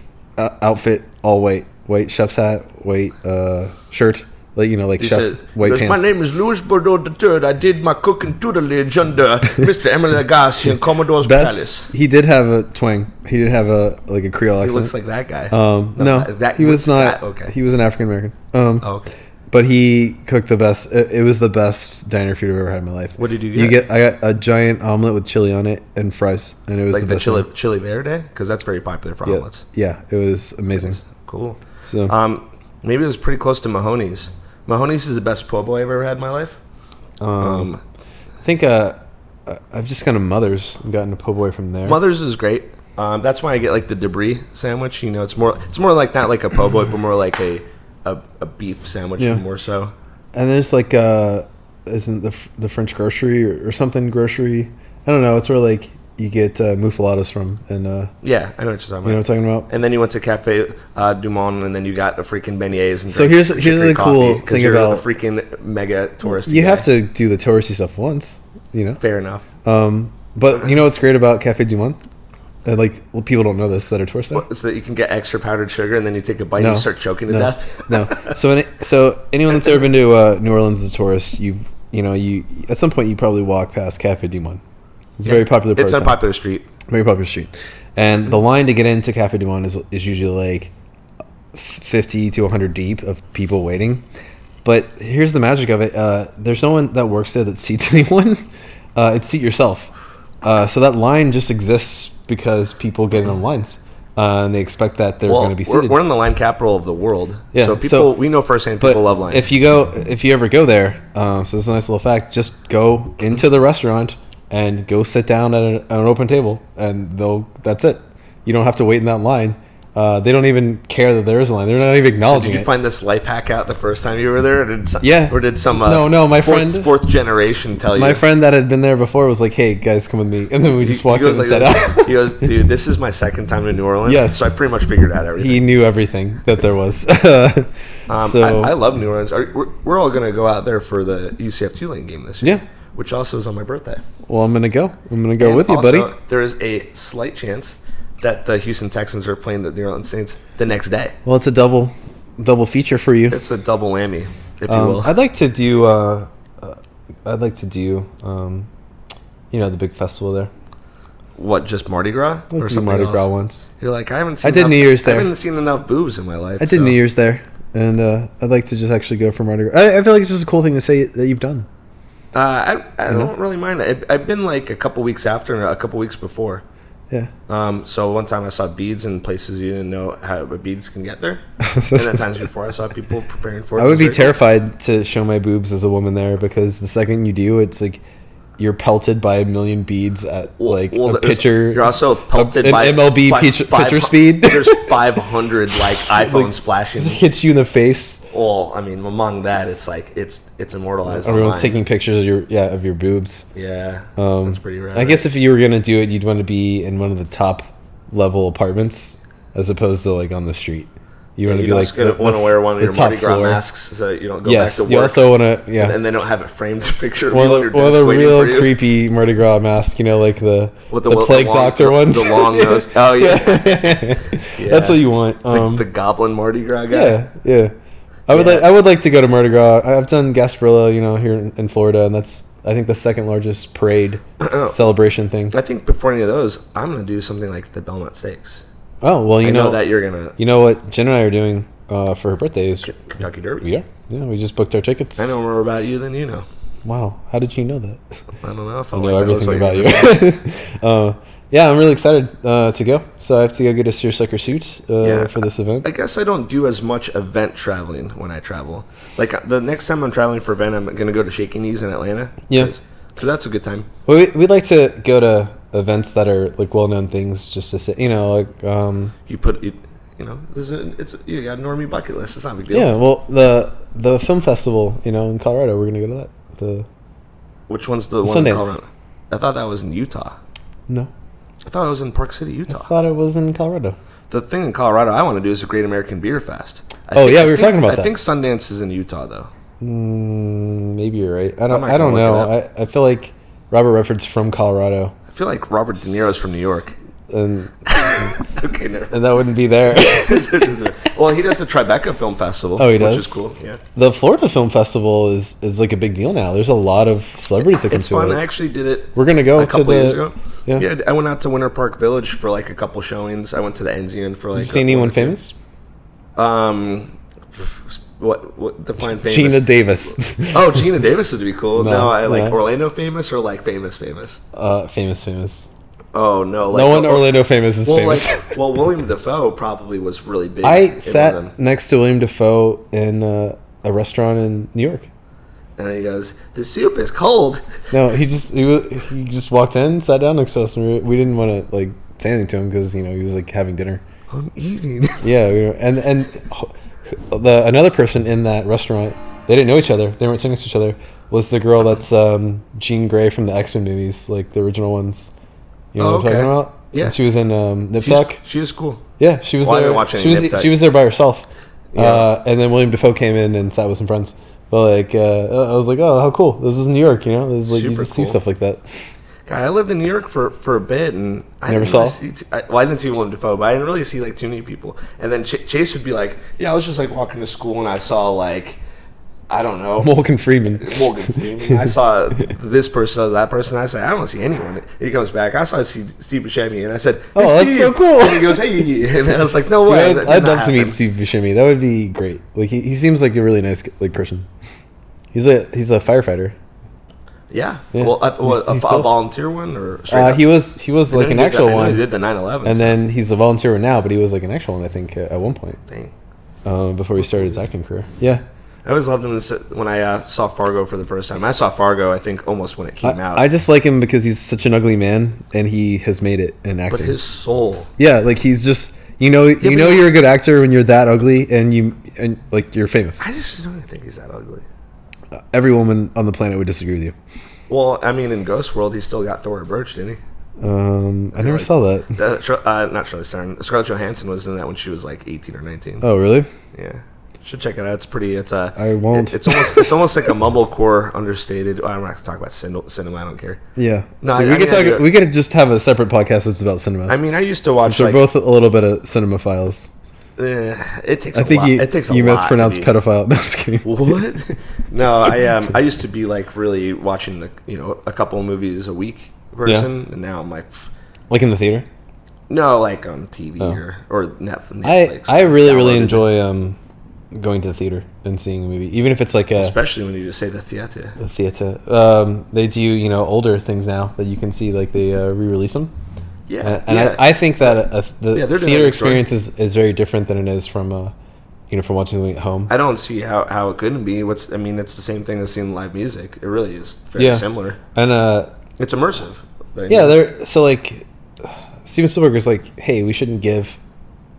[SPEAKER 1] uh, outfit all white, white chef's hat, white uh, shirt, like you know, like
[SPEAKER 2] He
[SPEAKER 1] chef
[SPEAKER 2] said,
[SPEAKER 1] white
[SPEAKER 2] "Because
[SPEAKER 1] pants.
[SPEAKER 2] My name is Louis Bordeaux the Third. I did my cooking tutelage under Mr. uh, Emily Lagasse in Commodore's
[SPEAKER 1] Best.
[SPEAKER 2] Palace.
[SPEAKER 1] He did have a twang. He did have a like a Creole
[SPEAKER 2] He
[SPEAKER 1] accent.
[SPEAKER 2] looks like that guy.
[SPEAKER 1] um, no,
[SPEAKER 2] that, that-
[SPEAKER 1] he was not.
[SPEAKER 2] that- okay.
[SPEAKER 1] he was an African American. Um,
[SPEAKER 2] Oh, okay.
[SPEAKER 1] but he cooked the best. It, it was the best diner food I've ever had in my life.
[SPEAKER 2] What did you
[SPEAKER 1] You
[SPEAKER 2] get?
[SPEAKER 1] get. I got a giant omelet with chili on it and fries, and it was
[SPEAKER 2] like
[SPEAKER 1] the
[SPEAKER 2] the
[SPEAKER 1] best
[SPEAKER 2] chili
[SPEAKER 1] thing.
[SPEAKER 2] chili verde because that's very popular for
[SPEAKER 1] Yeah,
[SPEAKER 2] omelets.
[SPEAKER 1] yeah, it was amazing.
[SPEAKER 2] Cool.
[SPEAKER 1] So
[SPEAKER 2] Um, maybe it was pretty close to Mahoney's. Mahoney's is the best po' boy I've ever had in my life. Um,
[SPEAKER 1] I think uh, I- I've just gone to Mother's and gotten a po' boy from there.
[SPEAKER 2] Mother's is great. Um, that's why I get like the debris sandwich. You know, it's more it's more like not like a po' boy, but more like a a, a beef sandwich
[SPEAKER 1] Yeah.
[SPEAKER 2] more so.
[SPEAKER 1] And there's like uh, isn't the F- the French grocery or, or something grocery? I don't know. It's where like you get uh, muffaladas from, and uh,
[SPEAKER 2] Yeah, I
[SPEAKER 1] you
[SPEAKER 2] know what you're talking
[SPEAKER 1] know
[SPEAKER 2] about.
[SPEAKER 1] what I'm talking about.
[SPEAKER 2] and then you went to Cafe uh, Du Monde, and then you got a freaking beignets. And
[SPEAKER 1] So
[SPEAKER 2] drank
[SPEAKER 1] here's- here's
[SPEAKER 2] chicory
[SPEAKER 1] the cool
[SPEAKER 2] coffee, 'cause
[SPEAKER 1] thing
[SPEAKER 2] you're
[SPEAKER 1] about-
[SPEAKER 2] a freaking mega tourist.
[SPEAKER 1] You have to do the touristy stuff once, you know.
[SPEAKER 2] fair enough.
[SPEAKER 1] Um, but you know what's great about Cafe Du Monde? And like well, people don't know this that are tourists. there.
[SPEAKER 2] So that you can get extra powdered sugar, and then you take a bite and you start choking to
[SPEAKER 1] no,
[SPEAKER 2] death.
[SPEAKER 1] no. So, any, so anyone that's ever been to uh, New Orleans as a tourist, you you know you at some point you probably walk past Cafe Du Monde. It's a very popular. part
[SPEAKER 2] it's
[SPEAKER 1] of
[SPEAKER 2] a
[SPEAKER 1] town.
[SPEAKER 2] popular street.
[SPEAKER 1] very popular street, and
[SPEAKER 2] Mm-hmm.
[SPEAKER 1] the line to get into Cafe Du Monde is is usually like fifty to hundred deep of people waiting. But here's the magic of it: uh, there's no one that works there that seats anyone. Uh, it's seat yourself. Uh, so that line just exists because people get in lines uh, and they expect that they're
[SPEAKER 2] Well,
[SPEAKER 1] going to be seated.
[SPEAKER 2] we're, we're in the line capital of the world.
[SPEAKER 1] Yeah,
[SPEAKER 2] so people
[SPEAKER 1] so-
[SPEAKER 2] we know firsthand
[SPEAKER 1] But
[SPEAKER 2] people love lines.
[SPEAKER 1] if you go, if you ever go there, um, so this is a nice little fact. Just go into the restaurant and go sit down at an, at an open table, and they'll. That's it. You don't have to wait in that line. Uh, they don't even care that there is a line. They're not even
[SPEAKER 2] So did
[SPEAKER 1] acknowledging
[SPEAKER 2] you
[SPEAKER 1] it.
[SPEAKER 2] find this life hack out the first time you were there? Or did some,
[SPEAKER 1] Yeah.
[SPEAKER 2] Or did some uh,
[SPEAKER 1] No, no, my
[SPEAKER 2] fourth,
[SPEAKER 1] friend-
[SPEAKER 2] fourth generation tell you?
[SPEAKER 1] My friend that had been there before was like, "Hey guys, come with me," and then we just
[SPEAKER 2] He
[SPEAKER 1] walked in
[SPEAKER 2] goes
[SPEAKER 1] and
[SPEAKER 2] like
[SPEAKER 1] sat
[SPEAKER 2] this.
[SPEAKER 1] down.
[SPEAKER 2] He goes, dude, this is my second time to New Orleans.
[SPEAKER 1] Yes.
[SPEAKER 2] So I pretty much figured out everything.
[SPEAKER 1] he knew everything that there was.
[SPEAKER 2] um,
[SPEAKER 1] so
[SPEAKER 2] I, I love New Orleans. Are, we're, we're all going to go out there for the UCF Tulane game this year.
[SPEAKER 1] Yeah.
[SPEAKER 2] Which also is on my birthday.
[SPEAKER 1] well, I'm gonna go. I'm gonna go
[SPEAKER 2] And
[SPEAKER 1] with you,
[SPEAKER 2] also,
[SPEAKER 1] buddy.
[SPEAKER 2] There is a slight chance that the Houston Texans are playing the New Orleans Saints the next day.
[SPEAKER 1] Well, it's a double, double feature for you.
[SPEAKER 2] It's a double whammy, if you
[SPEAKER 1] Um,
[SPEAKER 2] will.
[SPEAKER 1] I'd like to do. Uh, uh, I'd like to do. Um, you know the big festival there.
[SPEAKER 2] what, just Mardi Gras?
[SPEAKER 1] I'd like
[SPEAKER 2] or
[SPEAKER 1] to do
[SPEAKER 2] something
[SPEAKER 1] Mardi
[SPEAKER 2] else?
[SPEAKER 1] Gras once.
[SPEAKER 2] You're like, I haven't seen
[SPEAKER 1] did
[SPEAKER 2] enough-
[SPEAKER 1] New Year's
[SPEAKER 2] I
[SPEAKER 1] there.
[SPEAKER 2] haven't seen enough boobs in my life.
[SPEAKER 1] I did
[SPEAKER 2] so-
[SPEAKER 1] New Year's there, and uh, I'd like to just actually go for Mardi Gras. I, I feel like it's just a cool thing to say that you've done.
[SPEAKER 2] Uh, I, I don't really mind. I, I've been like a couple weeks after and a couple weeks before.
[SPEAKER 1] Yeah.
[SPEAKER 2] Um, so one time I saw beads in places you didn't know how beads can get there. and at times before I saw people preparing for it.
[SPEAKER 1] I would be
[SPEAKER 2] It was very-
[SPEAKER 1] terrified to show my boobs as a woman there because the second you do, it's like you're pelted by a million beads at like
[SPEAKER 2] Well,
[SPEAKER 1] a
[SPEAKER 2] there's-
[SPEAKER 1] pitcher.
[SPEAKER 2] You're also pelted
[SPEAKER 1] an
[SPEAKER 2] by
[SPEAKER 1] MLB
[SPEAKER 2] by
[SPEAKER 1] pitch-
[SPEAKER 2] five-
[SPEAKER 1] pitcher speed.
[SPEAKER 2] There's 500 like iPhones
[SPEAKER 1] It
[SPEAKER 2] flashing.
[SPEAKER 1] hits you in the face.
[SPEAKER 2] Well, I mean, among that, it's like it's it's immortalized.
[SPEAKER 1] Everyone's
[SPEAKER 2] online.
[SPEAKER 1] taking pictures of your yeah of your boobs.
[SPEAKER 2] Yeah,
[SPEAKER 1] Um,
[SPEAKER 2] that's pretty rad.
[SPEAKER 1] I guess if you were gonna do it, you'd want to be in one of the top level apartments, as opposed to like on the street. You want to
[SPEAKER 2] you
[SPEAKER 1] be like
[SPEAKER 2] just like, want to wear one of
[SPEAKER 1] the
[SPEAKER 2] your Mardi
[SPEAKER 1] top
[SPEAKER 2] Gras
[SPEAKER 1] floor.
[SPEAKER 2] masks so that you don't go
[SPEAKER 1] Yes,
[SPEAKER 2] back to
[SPEAKER 1] you
[SPEAKER 2] work.
[SPEAKER 1] also want to
[SPEAKER 2] and,
[SPEAKER 1] yeah.
[SPEAKER 2] and they don't have a framed picture of
[SPEAKER 1] One of
[SPEAKER 2] you on your
[SPEAKER 1] the, one of the
[SPEAKER 2] desk waiting
[SPEAKER 1] real
[SPEAKER 2] for you.
[SPEAKER 1] creepy Mardi Gras mask, you know, like the
[SPEAKER 2] With
[SPEAKER 1] the,
[SPEAKER 2] the wo- the
[SPEAKER 1] plague
[SPEAKER 2] long-
[SPEAKER 1] doctor
[SPEAKER 2] the-
[SPEAKER 1] ones,
[SPEAKER 2] the long nose. Oh, yeah.
[SPEAKER 1] that's what you want.
[SPEAKER 2] Like
[SPEAKER 1] Um,
[SPEAKER 2] the goblin Mardi Gras guy.
[SPEAKER 1] yeah, yeah. I would
[SPEAKER 2] Yeah.
[SPEAKER 1] like I would like to go to Mardi Gras. I- I've done Gasparilla, you know, here in, in Florida, and that's I think the second largest parade celebration thing.
[SPEAKER 2] Oh. I think before any of those, I'm gonna do something like the Belmont Stakes.
[SPEAKER 1] Oh well, you
[SPEAKER 2] I know,
[SPEAKER 1] know
[SPEAKER 2] that you're gonna
[SPEAKER 1] You know what Jen and I are doing uh, for her birthday is
[SPEAKER 2] Kentucky Derby.
[SPEAKER 1] we are. Yeah, we just booked our tickets.
[SPEAKER 2] I know more about you than you know.
[SPEAKER 1] Wow, how did you know that?
[SPEAKER 2] I don't know if I
[SPEAKER 1] I know
[SPEAKER 2] like that. That's
[SPEAKER 1] everything
[SPEAKER 2] what
[SPEAKER 1] about
[SPEAKER 2] you're
[SPEAKER 1] you.
[SPEAKER 2] gonna say.
[SPEAKER 1] uh, Yeah, I'm really excited uh, to go. So I have to go get a seersucker suit uh,
[SPEAKER 2] Yeah.
[SPEAKER 1] for this event.
[SPEAKER 2] I guess I don't do as much event traveling when I travel. Like uh, the next time I'm traveling for event, I'm gonna go to Shaky Knees in Atlanta.
[SPEAKER 1] Yeah.
[SPEAKER 2] because that's a good time.
[SPEAKER 1] Well, we, we'd like to go to events that are like well-known things, just to say, you know, like um,
[SPEAKER 2] You put it, you know, there's a, it's you got a normie bucket list. It's not a big deal.
[SPEAKER 1] yeah. Well, the the film festival, you know, in Colorado, we're gonna go to that. The
[SPEAKER 2] Which one's the one? in
[SPEAKER 1] Sundance.
[SPEAKER 2] Colorado? I thought that was in Utah.
[SPEAKER 1] no,
[SPEAKER 2] I thought it was in Park City,
[SPEAKER 1] I
[SPEAKER 2] Utah.
[SPEAKER 1] thought it was in Colorado.
[SPEAKER 2] The thing in Colorado I want to do is a Great American Beer Fest. I
[SPEAKER 1] Oh, yeah, we were
[SPEAKER 2] I
[SPEAKER 1] talking about
[SPEAKER 2] I
[SPEAKER 1] that.
[SPEAKER 2] think Sundance is in Utah though.
[SPEAKER 1] Mm, maybe you're right. I don't.
[SPEAKER 2] not
[SPEAKER 1] I don't
[SPEAKER 2] gonna
[SPEAKER 1] know.
[SPEAKER 2] look
[SPEAKER 1] I, I feel like Robert Redford's from Colorado,
[SPEAKER 2] I feel like Robert De Niro's from New York.
[SPEAKER 1] and
[SPEAKER 2] okay, never.
[SPEAKER 1] and that wouldn't be there.
[SPEAKER 2] well, he does the Tribeca Film Festival.
[SPEAKER 1] Oh, he
[SPEAKER 2] Which
[SPEAKER 1] does?
[SPEAKER 2] is cool. Yeah.
[SPEAKER 1] the Florida Film Festival is is like a big deal now. There's a lot of celebrities that come
[SPEAKER 2] It's
[SPEAKER 1] to
[SPEAKER 2] fun.
[SPEAKER 1] it.
[SPEAKER 2] I actually did it
[SPEAKER 1] We're gonna go
[SPEAKER 2] a couple
[SPEAKER 1] to the.
[SPEAKER 2] years ago.
[SPEAKER 1] Yeah.
[SPEAKER 2] Yeah. I went out to Winter Park Village for like a couple showings. I went to the Enzian for like.
[SPEAKER 1] You see
[SPEAKER 2] a-
[SPEAKER 1] anyone famous?
[SPEAKER 2] Um, what what define famous?
[SPEAKER 1] Gina Davis.
[SPEAKER 2] Oh, Gina Davis would be cool.
[SPEAKER 1] No,
[SPEAKER 2] No, I like
[SPEAKER 1] no.
[SPEAKER 2] Orlando famous or like famous famous.
[SPEAKER 1] uh, famous, famous.
[SPEAKER 2] Oh no, like,
[SPEAKER 1] No one Orlando famous is
[SPEAKER 2] Well,
[SPEAKER 1] famous.
[SPEAKER 2] like, well, William Defoe probably was really big. in one
[SPEAKER 1] I
[SPEAKER 2] of
[SPEAKER 1] sat
[SPEAKER 2] them.
[SPEAKER 1] next to William Defoe in uh, a restaurant in New York.
[SPEAKER 2] and he goes, "The soup is cold."
[SPEAKER 1] No, he just he, wa- he just walked in, sat down next to us, and we, we didn't want to like say anything to him because you know he was like having dinner.
[SPEAKER 2] I'm eating.
[SPEAKER 1] Yeah, we were, and and the another person in that restaurant, they didn't know each other. They weren't sitting next to each other. Was the girl that's um, Jean Grey from the X Men movies, like the original ones? You know
[SPEAKER 2] Oh,
[SPEAKER 1] what I'm talking
[SPEAKER 2] okay.
[SPEAKER 1] about?
[SPEAKER 2] Yeah.
[SPEAKER 1] And she was in um, Nip
[SPEAKER 2] She's,
[SPEAKER 1] Tuck.
[SPEAKER 2] she is cool.
[SPEAKER 1] Yeah, she was
[SPEAKER 2] Well, I
[SPEAKER 1] there.
[SPEAKER 2] didn't watch any
[SPEAKER 1] she was
[SPEAKER 2] Nip Tuck.
[SPEAKER 1] she was there by herself. Uh,
[SPEAKER 2] Yeah.
[SPEAKER 1] and then William Defoe came in and sat with some friends. But like, uh, I was like, oh, how cool! This is New York, you know. This is like you
[SPEAKER 2] Super
[SPEAKER 1] just see
[SPEAKER 2] cool.
[SPEAKER 1] stuff like that.
[SPEAKER 2] God, I lived in New York for, for a bit, and I
[SPEAKER 1] Never
[SPEAKER 2] didn't really
[SPEAKER 1] saw?
[SPEAKER 2] see t- I, well, I didn't see Willem Dafoe, but I didn't really see like too many people. And then Ch- Chase would be like, "Yeah, I was just like walking to school, and I saw like, I don't know,
[SPEAKER 1] Morgan Freeman.
[SPEAKER 2] Morgan Freeman. I saw this person, I saw that person. I said, I don't see anyone. He comes back. I saw Steve, Steve Buscemi, and I said,
[SPEAKER 1] Oh,
[SPEAKER 2] "Hey,
[SPEAKER 1] that's
[SPEAKER 2] Steve."
[SPEAKER 1] so cool.
[SPEAKER 2] And he goes, "Hey," and I was like, "No
[SPEAKER 1] Dude,
[SPEAKER 2] way."
[SPEAKER 1] I'd,
[SPEAKER 2] that did
[SPEAKER 1] I'd
[SPEAKER 2] not
[SPEAKER 1] love to meet
[SPEAKER 2] happen."
[SPEAKER 1] Steve Buscemi. That would be great. Like he, he seems like a really nice like person. He's a he's a firefighter.
[SPEAKER 2] Yeah.
[SPEAKER 1] Yeah.
[SPEAKER 2] Well, a, well,
[SPEAKER 1] He's-
[SPEAKER 2] a,
[SPEAKER 1] he's
[SPEAKER 2] a
[SPEAKER 1] still-
[SPEAKER 2] volunteer one or straight
[SPEAKER 1] Uh,
[SPEAKER 2] up?
[SPEAKER 1] he was he was
[SPEAKER 2] I know
[SPEAKER 1] like
[SPEAKER 2] he
[SPEAKER 1] an
[SPEAKER 2] did the-
[SPEAKER 1] actual
[SPEAKER 2] I know he
[SPEAKER 1] one,
[SPEAKER 2] did the 9/11
[SPEAKER 1] and
[SPEAKER 2] stuff.
[SPEAKER 1] then he's a volunteer now. But he was like an actual one, I think, uh, at one point
[SPEAKER 2] Dang.
[SPEAKER 1] uh, before he started his acting career. Yeah,
[SPEAKER 2] I always loved him when s- when I uh, saw Fargo for the first time. I saw Fargo, I think, almost when it came out.
[SPEAKER 1] I, I just like him because he's such an ugly man, and he has made it in acting.
[SPEAKER 2] but his soul.
[SPEAKER 1] Yeah, like he's just you know you
[SPEAKER 2] but
[SPEAKER 1] know
[SPEAKER 2] he-
[SPEAKER 1] you're a good actor when you're that ugly and you and like you're famous.
[SPEAKER 2] I just don't think he's that ugly.
[SPEAKER 1] Every woman on the planet would disagree with you.
[SPEAKER 2] Well, I mean, in Ghost World, he still got Thora Birch, didn't he?
[SPEAKER 1] Um, I never
[SPEAKER 2] like-
[SPEAKER 1] saw that.
[SPEAKER 2] Uh, Sh- uh, not Charlize Theron. Scarlett Johansson was in that when she was like 18 or 19.
[SPEAKER 1] Oh, really?
[SPEAKER 2] Yeah, should check it out. It's pretty. It's a.
[SPEAKER 1] I won't.
[SPEAKER 2] it's almost. It's almost like a mumblecore understated. I'm not going to talk about cin- cinema. I don't care.
[SPEAKER 1] Yeah.
[SPEAKER 2] No,
[SPEAKER 1] Dude,
[SPEAKER 2] I-
[SPEAKER 1] we
[SPEAKER 2] I
[SPEAKER 1] could
[SPEAKER 2] mean, I
[SPEAKER 1] talk.
[SPEAKER 2] do-
[SPEAKER 1] We could just have a separate podcast that's about cinema.
[SPEAKER 2] I mean, I used to watch.
[SPEAKER 1] so
[SPEAKER 2] Like,
[SPEAKER 1] we're both a little bit of cinema files.
[SPEAKER 2] eh, it takes.
[SPEAKER 1] I think
[SPEAKER 2] lot.
[SPEAKER 1] you
[SPEAKER 2] it takes a
[SPEAKER 1] you
[SPEAKER 2] lot to
[SPEAKER 1] mispronounced
[SPEAKER 2] be-
[SPEAKER 1] pedophile. No, just kidding.
[SPEAKER 2] What? no, I um, I used to be like really watching like, you know a couple movies a week person, and now I'm like, pff,
[SPEAKER 1] Like in the theater.
[SPEAKER 2] no, like on TV or or Netf-
[SPEAKER 1] Oh. I
[SPEAKER 2] Netflix.
[SPEAKER 1] I really really
[SPEAKER 2] downloaded.
[SPEAKER 1] enjoy um going to the theater and seeing a movie, even if it's like a
[SPEAKER 2] especially when you just say the theater.
[SPEAKER 1] the theater. Um, they do you know older things now that you can see like they uh, re-release them.
[SPEAKER 2] Yeah,
[SPEAKER 1] And, and
[SPEAKER 2] yeah.
[SPEAKER 1] I, I think that a, a- the
[SPEAKER 2] Yeah, they're doing that
[SPEAKER 1] theater
[SPEAKER 2] in Detroit.
[SPEAKER 1] experience is, is very different than it is from uh, you know from watching something at home.
[SPEAKER 2] I don't see how, how it couldn't be. What's I mean, it's the same thing as seeing live music. It really is very
[SPEAKER 1] Yeah.
[SPEAKER 2] similar.
[SPEAKER 1] And uh,
[SPEAKER 2] It's immersive. Like,
[SPEAKER 1] yeah, they're so like Steven Spielberg is like, hey, we shouldn't give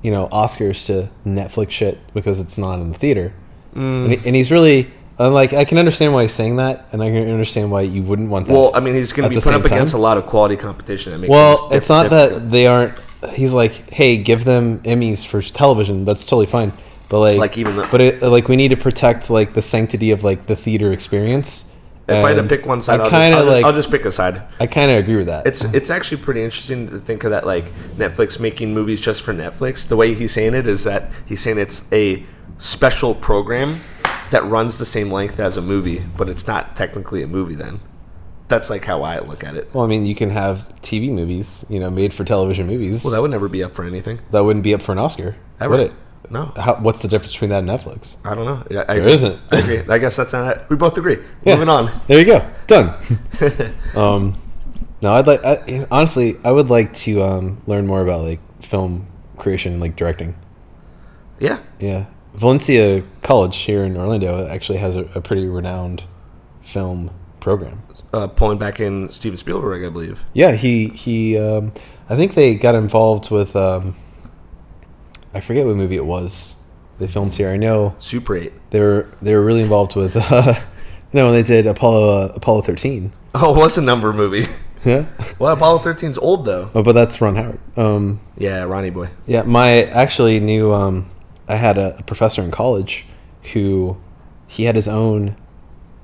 [SPEAKER 1] you know Oscars to Netflix shit because it's not in the theater.
[SPEAKER 2] Mm.
[SPEAKER 1] And, he, and he's really and like I can understand why he's saying that, and I can understand why you wouldn't want that.
[SPEAKER 2] well, I mean, he's going
[SPEAKER 1] At
[SPEAKER 2] to be
[SPEAKER 1] the
[SPEAKER 2] put
[SPEAKER 1] same
[SPEAKER 2] up against
[SPEAKER 1] time?
[SPEAKER 2] a lot of quality competition. That makes
[SPEAKER 1] Well,
[SPEAKER 2] things diff-
[SPEAKER 1] it's not
[SPEAKER 2] difficult.
[SPEAKER 1] that they aren't. He's like, hey, give them Emmys for television. That's totally fine. But like,
[SPEAKER 2] Like, even the-
[SPEAKER 1] but it, like we need to protect like the sanctity of like the theater experience.
[SPEAKER 2] If I had to
[SPEAKER 1] And
[SPEAKER 2] pick one side,
[SPEAKER 1] uh, I
[SPEAKER 2] I'll,
[SPEAKER 1] kind
[SPEAKER 2] just, I'll,
[SPEAKER 1] of
[SPEAKER 2] just-
[SPEAKER 1] like.
[SPEAKER 2] I'll just pick a side.
[SPEAKER 1] I kind of agree with that.
[SPEAKER 2] It's it's actually pretty interesting to think of that like Netflix making movies just for Netflix. The way he's saying it is that he's saying it's a special program that runs the same length as a movie, but it's not technically a movie. Then that's like how I look at it.
[SPEAKER 1] well, I mean, you can have TV movies, you know, made for television movies.
[SPEAKER 2] Well,
[SPEAKER 1] that,
[SPEAKER 2] that would never be up for anything.
[SPEAKER 1] wouldn't be up for an Oscar,
[SPEAKER 2] Ever.
[SPEAKER 1] would it?
[SPEAKER 2] No,
[SPEAKER 1] How, what's the difference between that and Netflix?
[SPEAKER 2] I don't know. Yeah, I,
[SPEAKER 1] There isn't.
[SPEAKER 2] I agree. I guess that's not. We both agree.
[SPEAKER 1] Yeah.
[SPEAKER 2] Moving on.
[SPEAKER 1] There you go. Done. um, No, I'd like. I, honestly, I would like to um, learn more about like film creation, and, like directing.
[SPEAKER 2] Yeah.
[SPEAKER 1] Yeah, Valencia College here in Orlando actually has a, a pretty renowned film program.
[SPEAKER 2] Uh, pulling back in Steven Spielberg, I believe.
[SPEAKER 1] Yeah, he he. Um, I think they got involved with. Um, I forget what movie it was. They filmed here. I know
[SPEAKER 2] Super 8.
[SPEAKER 1] they were they were really involved with. Uh, you know when they did Apollo uh, Apollo thirteen.
[SPEAKER 2] Oh, what's a number movie?
[SPEAKER 1] Yeah,
[SPEAKER 2] Well, Apollo 13's old, though.
[SPEAKER 1] oh, but that's Ron Howard. Um,
[SPEAKER 2] Yeah, Ronnie Boy.
[SPEAKER 1] Yeah, my actually knew. Um, I had a, a professor in college who he had his own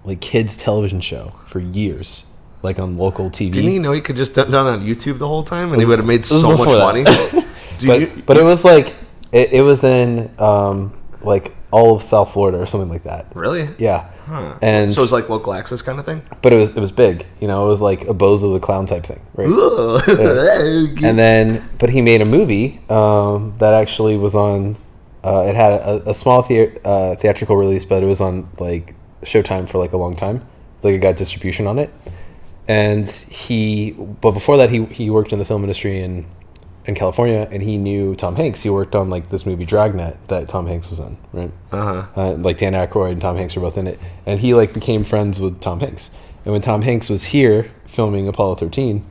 [SPEAKER 1] like kids television show for years, like on local TV.
[SPEAKER 2] Didn't he know he could just done done on YouTube the whole time and he would have made
[SPEAKER 1] was
[SPEAKER 2] so much
[SPEAKER 1] before that.
[SPEAKER 2] money? Do
[SPEAKER 1] but
[SPEAKER 2] you,
[SPEAKER 1] but it was like it, it was in um, like all of South Florida or something like that.
[SPEAKER 2] really?
[SPEAKER 1] Yeah,
[SPEAKER 2] Huh.
[SPEAKER 1] and
[SPEAKER 2] so it's like local access kind of thing.
[SPEAKER 1] but it was it was big. You know, it was like a Bozo the Clown type thing, right? and then but he made a movie um, that actually was on uh, it had a, a small thea- uh, theatrical release but it was on like showtime for like a long time like it got distribution on it and he but before that he, he worked in the film industry in in california and he knew tom hanks he worked on like this movie dragnet that tom hanks was in right
[SPEAKER 2] uh-huh.
[SPEAKER 1] uh, like Dan Aykroyd and Tom Hanks were both in it, and he like became friends with Tom Hanks. And when Tom Hanks was here filming Apollo 13,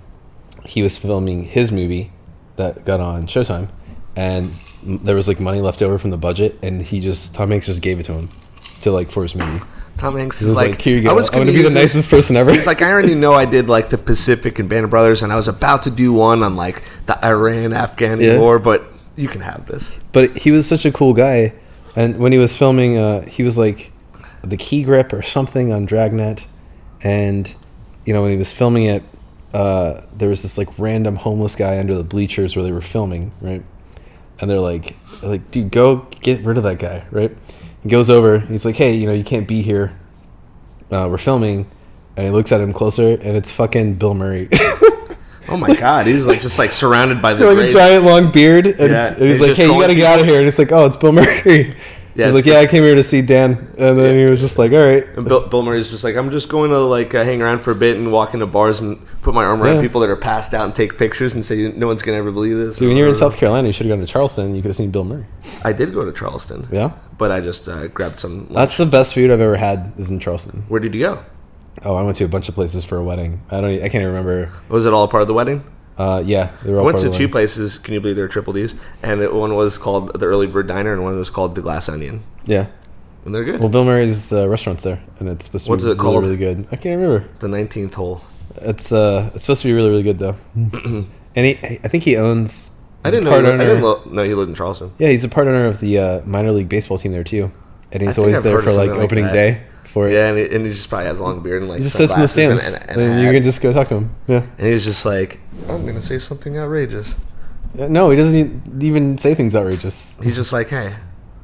[SPEAKER 1] he was filming his movie that got on Showtime, and m- there was like money left over from the budget, and he just Tom Hanks just gave it to him to like for his movie.
[SPEAKER 2] Tom Hanks
[SPEAKER 1] He
[SPEAKER 2] is
[SPEAKER 1] was like,
[SPEAKER 2] like,
[SPEAKER 1] "Here you go.
[SPEAKER 2] I was
[SPEAKER 1] I'm gonna be the
[SPEAKER 2] use this-
[SPEAKER 1] nicest person ever."
[SPEAKER 2] He's like, I already know I did like the Pacific and Band of Brothers, and I was about to do one on like the Iran Afghan
[SPEAKER 1] Yeah.
[SPEAKER 2] war, but you can have this.
[SPEAKER 1] but he was such a cool guy, and when he was filming, uh, he was like the key grip or something on Dragnet, and you know when he was filming it, uh, there was this like random homeless guy under the bleachers where they were filming, right? And they're like, they're like, dude, go get rid of that guy, right? He goes over, and he's like, hey, you know, you can't be here. Uh, we're filming, and he looks at him closer, and it's fucking Bill Murray.
[SPEAKER 2] Oh my god, he's like just like surrounded by the
[SPEAKER 1] like a
[SPEAKER 2] greats.
[SPEAKER 1] giant long beard, and, it's,
[SPEAKER 2] Yeah,
[SPEAKER 1] and he's,
[SPEAKER 2] he's
[SPEAKER 1] like,
[SPEAKER 2] just
[SPEAKER 1] "Hey, you
[SPEAKER 2] trolling
[SPEAKER 1] gotta get out of here!" And it's like, "Oh, it's Bill Murray."
[SPEAKER 2] Yeah,
[SPEAKER 1] he's
[SPEAKER 2] it's
[SPEAKER 1] like, "Yeah, I came here to see Dan," and then he was just like, "All right."
[SPEAKER 2] And Bill, Bill Murray's just like, I'm just going to like uh, hang around for a bit and walk into bars and put my arm around
[SPEAKER 1] Yeah.
[SPEAKER 2] people that are passed out and take pictures and say, no one's gonna ever believe this.
[SPEAKER 1] Dude, when you were in South Carolina, you should have gone to Charleston. You could have seen Bill Murray.
[SPEAKER 2] I did go to Charleston.
[SPEAKER 1] Yeah,
[SPEAKER 2] But I just uh, grabbed some. lunch.
[SPEAKER 1] that's the best food I've ever had. Is in Charleston.
[SPEAKER 2] Where did you go?
[SPEAKER 1] Oh, I went to a bunch of places for a wedding. I don't. e- I can't even remember.
[SPEAKER 2] Was it all part of the wedding?
[SPEAKER 1] Uh, yeah, they were all
[SPEAKER 2] I went
[SPEAKER 1] part
[SPEAKER 2] to
[SPEAKER 1] of the
[SPEAKER 2] two
[SPEAKER 1] wedding.
[SPEAKER 2] places. Can you believe they're triple D's? And it, one was called the Early Bird Diner, and one was called the Glass Onion.
[SPEAKER 1] Yeah.
[SPEAKER 2] And they're good.
[SPEAKER 1] Well, Bill Murray's uh, restaurant's there, and it's supposed to
[SPEAKER 2] What's
[SPEAKER 1] be
[SPEAKER 2] it
[SPEAKER 1] really,
[SPEAKER 2] called?
[SPEAKER 1] really good. I can't remember.
[SPEAKER 2] the nineteenth hole.
[SPEAKER 1] It's uh, it's supposed to be really, really good though. and he, I think he owns.
[SPEAKER 2] I
[SPEAKER 1] he's a
[SPEAKER 2] didn't know.
[SPEAKER 1] part
[SPEAKER 2] He, lived- I
[SPEAKER 1] owner-
[SPEAKER 2] didn't lo- know he lived in Charleston.
[SPEAKER 1] Yeah, he's a part owner of the uh, minor league baseball team there too, and
[SPEAKER 2] I
[SPEAKER 1] he's
[SPEAKER 2] think
[SPEAKER 1] always
[SPEAKER 2] I've
[SPEAKER 1] there
[SPEAKER 2] heard
[SPEAKER 1] for
[SPEAKER 2] of
[SPEAKER 1] like
[SPEAKER 2] something like
[SPEAKER 1] opening
[SPEAKER 2] that.
[SPEAKER 1] day for it.
[SPEAKER 2] Yeah, and he, and he just probably has a long beard and like
[SPEAKER 1] He just sits in the stands,
[SPEAKER 2] sunglasses
[SPEAKER 1] and,
[SPEAKER 2] and, and, a
[SPEAKER 1] you
[SPEAKER 2] hat.
[SPEAKER 1] can just go talk to him. Yeah,
[SPEAKER 2] and he's just like, I'm gonna say something outrageous.
[SPEAKER 1] Uh, no, he doesn't e- even say things outrageous.
[SPEAKER 2] He's just like, hey,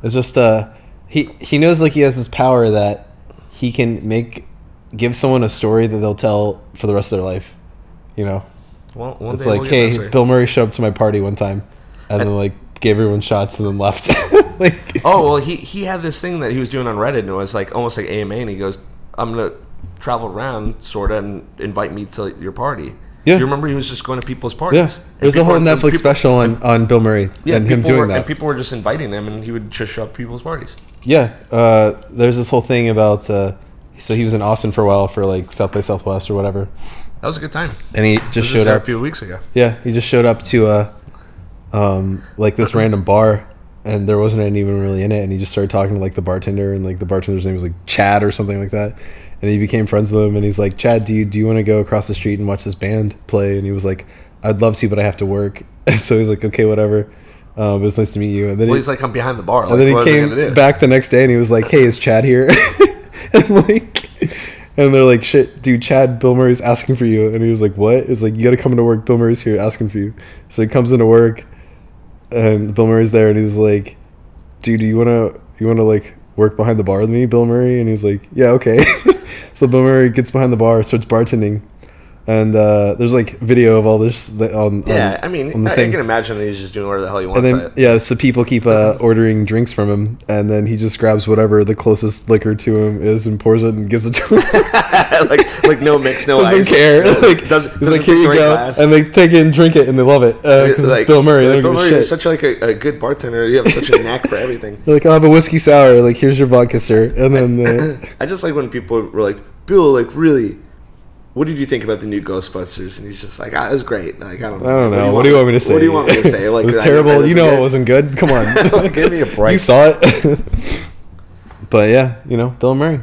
[SPEAKER 1] It's just uh, he he knows like he has this power that he can make give someone a story that they'll tell for the rest of their life. You know,
[SPEAKER 2] well, one
[SPEAKER 1] it's
[SPEAKER 2] day
[SPEAKER 1] like,
[SPEAKER 2] we'll get this
[SPEAKER 1] hey,
[SPEAKER 2] way."
[SPEAKER 1] Bill Murray showed up to my party one time, and then like gave everyone shots and then left. like,
[SPEAKER 2] Oh well, he he had this thing that he was doing on Reddit, and it was like almost like AMA, and he goes, "I'm gonna travel around, sorta, and invite me to your party."
[SPEAKER 1] Yeah.
[SPEAKER 2] Do you remember he was just going to people's parties?
[SPEAKER 1] yeah,
[SPEAKER 2] And
[SPEAKER 1] there's a
[SPEAKER 2] Oh, people
[SPEAKER 1] whole
[SPEAKER 2] were-
[SPEAKER 1] Netflix
[SPEAKER 2] people-
[SPEAKER 1] special on on Bill Murray
[SPEAKER 2] Yeah,
[SPEAKER 1] and him
[SPEAKER 2] people
[SPEAKER 1] doing
[SPEAKER 2] were,
[SPEAKER 1] that.
[SPEAKER 2] and people were just inviting him, and he would just show up to people's parties.
[SPEAKER 1] Yeah, uh, there's this whole thing about. Uh, so he was in Austin for a while for like South by Southwest or whatever,
[SPEAKER 2] That was a good time.
[SPEAKER 1] and he just
[SPEAKER 2] This was
[SPEAKER 1] showed
[SPEAKER 2] a
[SPEAKER 1] up.
[SPEAKER 2] few weeks ago.
[SPEAKER 1] Yeah, he just showed up to uh, um, like this random bar, and there wasn't anyone really in it, and he just started talking to like the bartender, and like the bartender's name was like Chad or something like that, and he became friends with him, and he's like, Chad, do you do you want to go across the street and watch this band play? And he was like, I'd love to, but I have to work. so he's like, okay, whatever. Um, it was nice to meet you. And then
[SPEAKER 2] Well,
[SPEAKER 1] he,
[SPEAKER 2] he's like, I'm behind the bar. Like,
[SPEAKER 1] And then
[SPEAKER 2] what
[SPEAKER 1] he
[SPEAKER 2] was I gonna
[SPEAKER 1] came
[SPEAKER 2] do?
[SPEAKER 1] back the next day and he was like, "Hey, is Chad here?" and like, and they're like, "Shit, dude, Chad, Bill Murray's asking for you." And he was like, "What?" It's like, "You got to come into work. Bill Murray's here asking for you." So he comes into work, and Bill Murray's there, and he's like, "Dude, do you wanna you wanna like work behind the bar with me, Bill Murray?" And he's like, "Yeah, okay." so Bill Murray gets behind the bar, starts bartending, and uh, there's like video of all this th- on, on-
[SPEAKER 2] Yeah, I mean,
[SPEAKER 1] on the
[SPEAKER 2] I, I
[SPEAKER 1] thing.
[SPEAKER 2] can imagine that he's just doing whatever the hell he
[SPEAKER 1] and
[SPEAKER 2] wants.
[SPEAKER 1] then
[SPEAKER 2] at it.
[SPEAKER 1] yeah, so people keep uh, ordering drinks from him, and then he just grabs whatever the closest liquor to him is and pours it and gives it to him.
[SPEAKER 2] like, like no mix, no
[SPEAKER 1] doesn't
[SPEAKER 2] ice.
[SPEAKER 1] care. like,
[SPEAKER 2] doesn't-
[SPEAKER 1] he's
[SPEAKER 2] doesn't
[SPEAKER 1] like,
[SPEAKER 2] pick
[SPEAKER 1] here you
[SPEAKER 2] the
[SPEAKER 1] go,
[SPEAKER 2] right glass.
[SPEAKER 1] and they take it and drink it, and they love it because
[SPEAKER 2] Like-
[SPEAKER 1] it's Bill Murray.
[SPEAKER 2] like,
[SPEAKER 1] They
[SPEAKER 2] Bill
[SPEAKER 1] don't give
[SPEAKER 2] Murray,
[SPEAKER 1] a
[SPEAKER 2] you're
[SPEAKER 1] shit.
[SPEAKER 2] such like a, a good bartender. You have such a knack for everything.
[SPEAKER 1] They're like, I'll have a whiskey sour. Like, here's your vodka, sir. And then uh,
[SPEAKER 2] I just like when people were like, Bill, like really, what did you think about the new Ghostbusters? And he's just like, ah, it was great. Like I don't,
[SPEAKER 1] I don't know. What do you want me to say?
[SPEAKER 2] What do you want me to say? Like
[SPEAKER 1] it was
[SPEAKER 2] I- I
[SPEAKER 1] terrible.
[SPEAKER 2] just-
[SPEAKER 1] You know
[SPEAKER 2] yeah.
[SPEAKER 1] it wasn't good. Come on.
[SPEAKER 2] Give me a break.
[SPEAKER 1] You saw it. but yeah, you know, Bill Murray.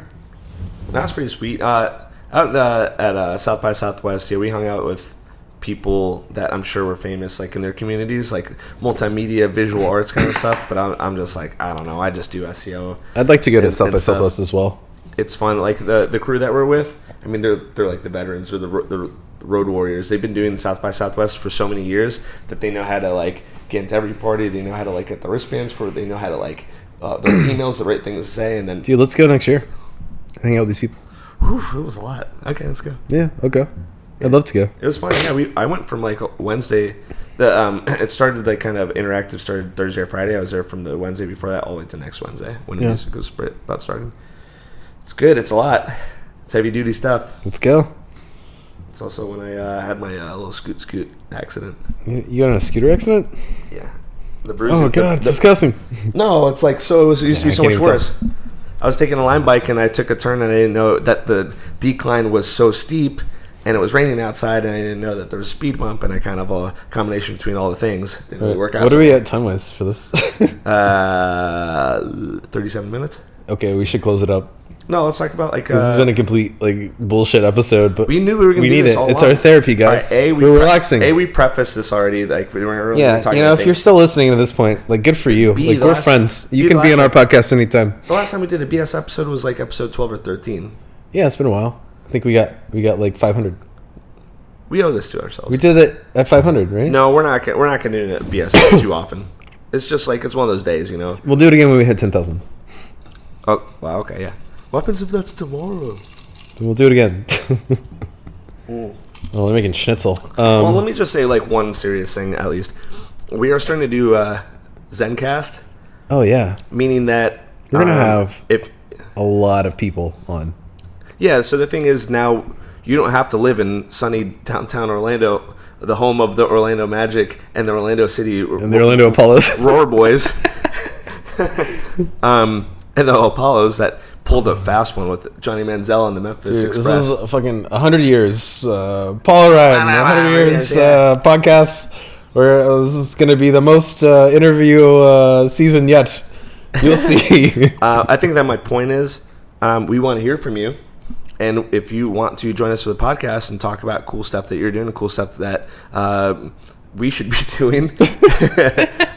[SPEAKER 2] That's pretty sweet. Uh, out uh, at uh, South by Southwest, yeah, we hung out with people that I'm sure were famous, like in their communities, like multimedia, visual arts kind of stuff. But I'm, I'm just like, I don't know. I just do E SEO.
[SPEAKER 1] I'd like to go to South by
[SPEAKER 2] it's, uh,
[SPEAKER 1] Southwest as well.
[SPEAKER 2] It's fun. Like the the crew that we're with. I mean, they're they're like the veterans or the ro- the road warriors. They've been doing South by Southwest for so many years that they know how to like get into every party. They know how to like get the wristbands for. it. They know how to like. Uh, their emails, the right thing to say, and then
[SPEAKER 1] Dude, let's go next year. Hang out with these people.
[SPEAKER 2] whew, it was a lot. Okay, let's go.
[SPEAKER 1] Yeah, I'll go. I'd love to go.
[SPEAKER 2] It was fun. Yeah, we I went from like Wednesday. The um, it started like kind of interactive. Started Thursday or Friday. I was there from the Wednesday before that all the way to next Wednesday when the
[SPEAKER 1] Yeah.
[SPEAKER 2] music was spri- about starting. It's good. It's a lot. It's heavy duty stuff.
[SPEAKER 1] Let's go.
[SPEAKER 2] It's also when I uh, had my uh, little scoot scoot accident.
[SPEAKER 1] You you got in a scooter accident?
[SPEAKER 2] Oh, Yeah, the bruising.
[SPEAKER 1] Oh
[SPEAKER 2] the-
[SPEAKER 1] god, it's
[SPEAKER 2] the-
[SPEAKER 1] disgusting.
[SPEAKER 2] no, it's like so. It, was, it used to
[SPEAKER 1] Yeah,
[SPEAKER 2] be
[SPEAKER 1] I
[SPEAKER 2] so
[SPEAKER 1] can't
[SPEAKER 2] much
[SPEAKER 1] even tell.
[SPEAKER 2] worse. I was taking a line bike and I took a turn and I didn't know that the decline was so steep and it was raining outside and I didn't know that there was a speed bump and I kind of a combination between all the things didn't really work out.
[SPEAKER 1] What
[SPEAKER 2] so
[SPEAKER 1] are we at time wise for this?
[SPEAKER 2] Uh, thirty-seven minutes.
[SPEAKER 1] okay, we should close it up.
[SPEAKER 2] No, let's talk about like.
[SPEAKER 1] This has
[SPEAKER 2] Uh,
[SPEAKER 1] been a complete like bullshit episode, but
[SPEAKER 2] we knew we were gonna do
[SPEAKER 1] need
[SPEAKER 2] this
[SPEAKER 1] it.
[SPEAKER 2] all
[SPEAKER 1] it's
[SPEAKER 2] along.
[SPEAKER 1] our therapy,
[SPEAKER 2] All
[SPEAKER 1] guys.
[SPEAKER 2] right, a, we
[SPEAKER 1] we are
[SPEAKER 2] pre-
[SPEAKER 1] relaxing.
[SPEAKER 2] A, we prefaced this already. Like we weren't really
[SPEAKER 1] yeah,
[SPEAKER 2] talking.
[SPEAKER 1] you know, if
[SPEAKER 2] anything.
[SPEAKER 1] you're still listening to this point, like, good for you.
[SPEAKER 2] Be
[SPEAKER 1] like,
[SPEAKER 2] the
[SPEAKER 1] we're
[SPEAKER 2] last-
[SPEAKER 1] friends.
[SPEAKER 2] be
[SPEAKER 1] You
[SPEAKER 2] the
[SPEAKER 1] can be on our
[SPEAKER 2] last-
[SPEAKER 1] podcast anytime.
[SPEAKER 2] the last time we did a BS episode was like episode twelve or thirteen.
[SPEAKER 1] Yeah, it's been a while. I think we got we got like 500.
[SPEAKER 2] We owe this to ourselves.
[SPEAKER 1] We did it at 500, right?
[SPEAKER 2] no, we're not. Gonna, we're not going to do a BS too often. It's just like it's one of those days, you know.
[SPEAKER 1] We'll do it again when we hit 10,000.
[SPEAKER 2] Oh, wow. Okay, yeah. What happens if that's tomorrow?
[SPEAKER 1] We'll do it again. oh, they're making schnitzel. Um,
[SPEAKER 2] well, let me just say like one serious thing at least. We are starting to do uh, ZenCast,
[SPEAKER 1] oh yeah,
[SPEAKER 2] meaning that um,
[SPEAKER 1] We're gonna have-
[SPEAKER 2] if
[SPEAKER 1] a lot of people on.
[SPEAKER 2] Yeah, so the thing is now you don't have to live in sunny downtown Orlando, the home of the Orlando Magic and the Orlando City
[SPEAKER 1] And the Orlando Apollos.
[SPEAKER 2] Roar Boys. um, and the Apollos that pulled a fast one with Johnny Manziel and the Memphis
[SPEAKER 1] Dude, this
[SPEAKER 2] Express.
[SPEAKER 1] is a fucking 100 years uh, Paul Ryan, 100 years
[SPEAKER 2] yeah.
[SPEAKER 1] uh, podcast where uh, this is going to be the most uh, interview uh, season yet. You'll see.
[SPEAKER 2] uh, I think that my point is um, we want to hear from you. And if you want to join us for the podcast and talk about cool stuff that you're doing, cool stuff that uh, we should be doing,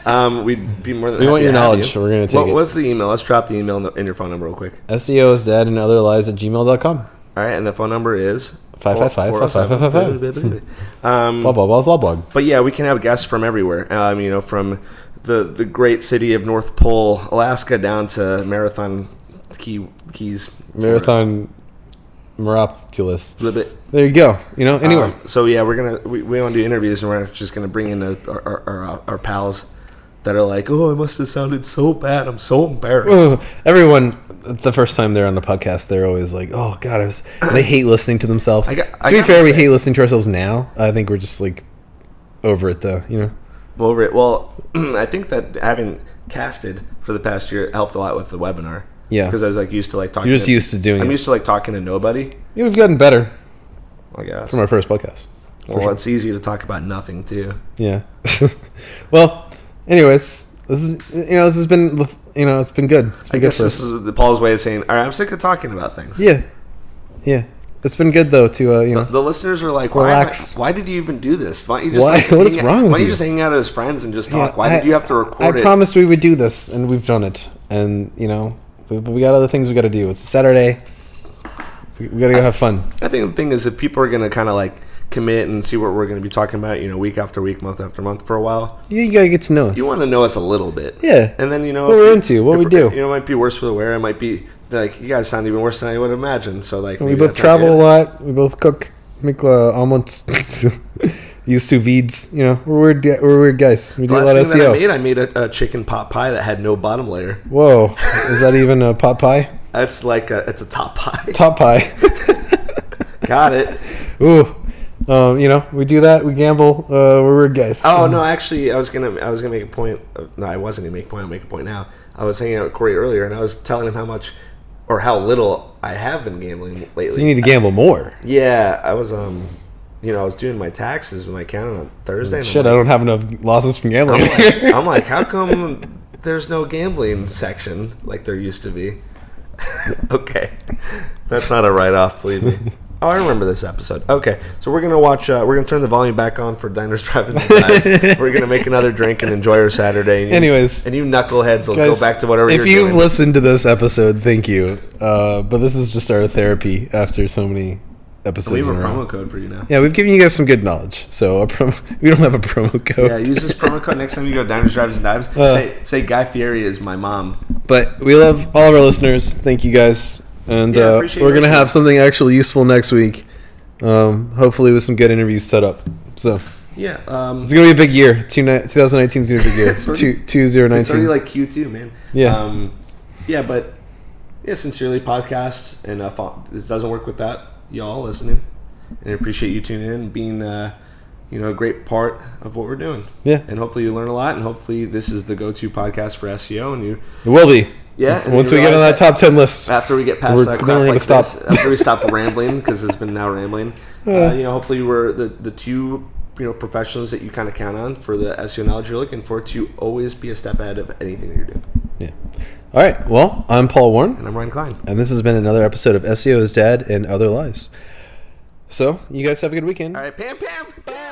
[SPEAKER 2] um, we'd be more than
[SPEAKER 1] We
[SPEAKER 2] happy
[SPEAKER 1] want your
[SPEAKER 2] to have
[SPEAKER 1] knowledge,
[SPEAKER 2] you.
[SPEAKER 1] so we're gonna take
[SPEAKER 2] What-
[SPEAKER 1] it.
[SPEAKER 2] What's the email? Let's drop the email in, the, in your phone number real quick.
[SPEAKER 1] SEO E is dead and other lies at gmail.com.
[SPEAKER 2] All right, and the phone number is
[SPEAKER 1] Five, five, five, five, five, five, five,
[SPEAKER 2] 407. Um,
[SPEAKER 1] Blah, blah, blah, blah, blah.
[SPEAKER 2] But yeah, we can have guests from everywhere. Um, you know, from the the great city of North Pole, Alaska, down to Marathon Key Keys,
[SPEAKER 1] Marathon Meropolis.
[SPEAKER 2] Florida.
[SPEAKER 1] There you go. You know, anyway.
[SPEAKER 2] Um, so yeah, we're gonna we, we want to do interviews, and we're just gonna bring in uh our, our, our our pals that are like, oh, I must have sounded so bad. I'm so embarrassed.
[SPEAKER 1] Ugh. everyone the first time they're on the podcast they're always like oh god I was, they hate listening to themselves
[SPEAKER 2] I got- I
[SPEAKER 1] to be
[SPEAKER 2] gotta
[SPEAKER 1] fair we
[SPEAKER 2] say-
[SPEAKER 1] hate listening to ourselves now i think we're just like over it though you know
[SPEAKER 2] I'm over it. Well, I think that having casted for the past year helped a lot with the webinar.
[SPEAKER 1] Yeah.
[SPEAKER 2] because I was like used to like talking.
[SPEAKER 1] You're just used to doing
[SPEAKER 2] I'm
[SPEAKER 1] it.
[SPEAKER 2] used to like talking to nobody.
[SPEAKER 1] yeah, we've gotten better
[SPEAKER 2] I guess.
[SPEAKER 1] from our first podcast
[SPEAKER 2] well, it's easy to talk about nothing too.
[SPEAKER 1] yeah well anyways this is you know this has been you know it's been good it's
[SPEAKER 2] I
[SPEAKER 1] been good
[SPEAKER 2] guess
[SPEAKER 1] for
[SPEAKER 2] this
[SPEAKER 1] us
[SPEAKER 2] is the Paul's way of saying, "All right, I'm sick of talking about things."
[SPEAKER 1] yeah yeah it's been good though to uh you know
[SPEAKER 2] The listeners are like, why, am I-
[SPEAKER 1] Relax.
[SPEAKER 2] why did you even do this? Why don't you just
[SPEAKER 1] Why-
[SPEAKER 2] like,
[SPEAKER 1] what is
[SPEAKER 2] hang out-
[SPEAKER 1] wrong with
[SPEAKER 2] Why don't
[SPEAKER 1] you?"
[SPEAKER 2] you just hang out as friends and just
[SPEAKER 1] Yeah,
[SPEAKER 2] talk? Why
[SPEAKER 1] I-
[SPEAKER 2] did you have to record
[SPEAKER 1] I
[SPEAKER 2] it?
[SPEAKER 1] promised we would do this, and we've done it. And you know, we, but we got other things we got to do. It's Saturday. We, we gotta go have fun.
[SPEAKER 2] I think the thing is that people are going to kind of like commit and see what we're going to be talking about, you know, week after week, month after month for a while.
[SPEAKER 1] You, you gotta get to know us.
[SPEAKER 2] You want to know us a little bit,
[SPEAKER 1] Yeah.
[SPEAKER 2] And then you know
[SPEAKER 1] What
[SPEAKER 2] if
[SPEAKER 1] we're
[SPEAKER 2] you-
[SPEAKER 1] into, what
[SPEAKER 2] if
[SPEAKER 1] we
[SPEAKER 2] we're-
[SPEAKER 1] do.
[SPEAKER 2] You know, it might be worse for the wear. It might be like you guys sound even worse than I would imagine. So like,
[SPEAKER 1] we
[SPEAKER 2] maybe
[SPEAKER 1] both
[SPEAKER 2] that's not
[SPEAKER 1] travel a
[SPEAKER 2] good.
[SPEAKER 1] lot. We both cook. make uh, omelets, use sous vides. You know, we're weird, gu- we're weird guys. We do
[SPEAKER 2] The
[SPEAKER 1] a
[SPEAKER 2] last
[SPEAKER 1] lot of E
[SPEAKER 2] thing that I
[SPEAKER 1] SEO.
[SPEAKER 2] made, I made a, a chicken pot pie that had no bottom layer.
[SPEAKER 1] Whoa, is that even a pot pie?
[SPEAKER 2] That's like a, it's a top pie.
[SPEAKER 1] Top pie.
[SPEAKER 2] Got it.
[SPEAKER 1] Ooh, um, you know, we do that. We gamble. Uh, we're weird guys.
[SPEAKER 2] Oh no, actually, I was gonna I was gonna make a point. No, I wasn't gonna make a point. I'll make a point now. I was hanging out with Corey earlier, and I was telling him how much or how little I have been gambling lately.
[SPEAKER 1] So you need to gamble more.
[SPEAKER 2] yeah, I was um, you know, I was doing my taxes with my accountant on Thursday. and I'm
[SPEAKER 1] Shit, I
[SPEAKER 2] like-
[SPEAKER 1] don't have enough losses from gambling.
[SPEAKER 2] I'm like, I'm like, how come there's no gambling section like there used to be? okay, that's not a write-off, believe me. Oh, I remember this episode. Okay, so we're gonna watch. Uh, we're gonna turn the volume back on for Diners, Drive-ins, and Dives. we're gonna make another drink and enjoy our Saturday. And you-
[SPEAKER 1] Anyways.
[SPEAKER 2] and you knuckleheads will
[SPEAKER 1] Guys,
[SPEAKER 2] go back to whatever.
[SPEAKER 1] If
[SPEAKER 2] you're
[SPEAKER 1] you've
[SPEAKER 2] doing.
[SPEAKER 1] listened to this episode, thank you. Uh, but this is just our therapy after so many episodes.
[SPEAKER 2] leave a
[SPEAKER 1] in a row.
[SPEAKER 2] promo code for you now. Yeah.
[SPEAKER 1] Yeah, we've given you guys some good knowledge. So a prom- we don't have a promo code,
[SPEAKER 2] use this promo code next time you go diners, drives, and dives.
[SPEAKER 1] Uh.
[SPEAKER 2] say, say Guy Fieri is my mom.
[SPEAKER 1] but we love all of our listeners. Thank you guys, and
[SPEAKER 2] Yeah,
[SPEAKER 1] uh,
[SPEAKER 2] appreciate
[SPEAKER 1] we're
[SPEAKER 2] you
[SPEAKER 1] gonna
[SPEAKER 2] listening.
[SPEAKER 1] have something actually useful next week. Um, hopefully, with some good interviews set up. So it's
[SPEAKER 2] Yeah, um,
[SPEAKER 1] gonna be a big year. Two ni- 2019 is gonna be a big year.
[SPEAKER 2] It's already-
[SPEAKER 1] two two zero
[SPEAKER 2] It's already
[SPEAKER 1] nineteen.
[SPEAKER 2] like Q2, man.
[SPEAKER 1] Yeah.
[SPEAKER 2] Um, yeah, but yeah, sincerely podcast and uh, fo- this doesn't work without y'all listening. And I appreciate you tuning in, and being uh, you know a great part of what we're doing.
[SPEAKER 1] Yeah.
[SPEAKER 2] And hopefully you learn a lot, and hopefully this is the go-to podcast for SEO. And you
[SPEAKER 1] it will be.
[SPEAKER 2] Yeah,
[SPEAKER 1] Once-
[SPEAKER 2] and
[SPEAKER 1] Once
[SPEAKER 2] you
[SPEAKER 1] we get on that
[SPEAKER 2] realize
[SPEAKER 1] top ten list,
[SPEAKER 2] after we get past
[SPEAKER 1] We're-
[SPEAKER 2] that,
[SPEAKER 1] then
[SPEAKER 2] crap
[SPEAKER 1] we're gonna
[SPEAKER 2] like
[SPEAKER 1] stop.
[SPEAKER 2] this, after we stop rambling because it's been now rambling. Uh, you know, hopefully we're the the two. You know, professionals that you kind of count on for the SEO knowledge you're looking for to always be a step ahead of anything that you're doing.
[SPEAKER 1] yeah. All right. Well, I'm Paul Warren.
[SPEAKER 2] And I'm Ryan Klein.
[SPEAKER 1] And this has been another episode E of SEO's Dad and Other Lies. So, you guys have a good weekend.
[SPEAKER 2] All right, Pam, Pam.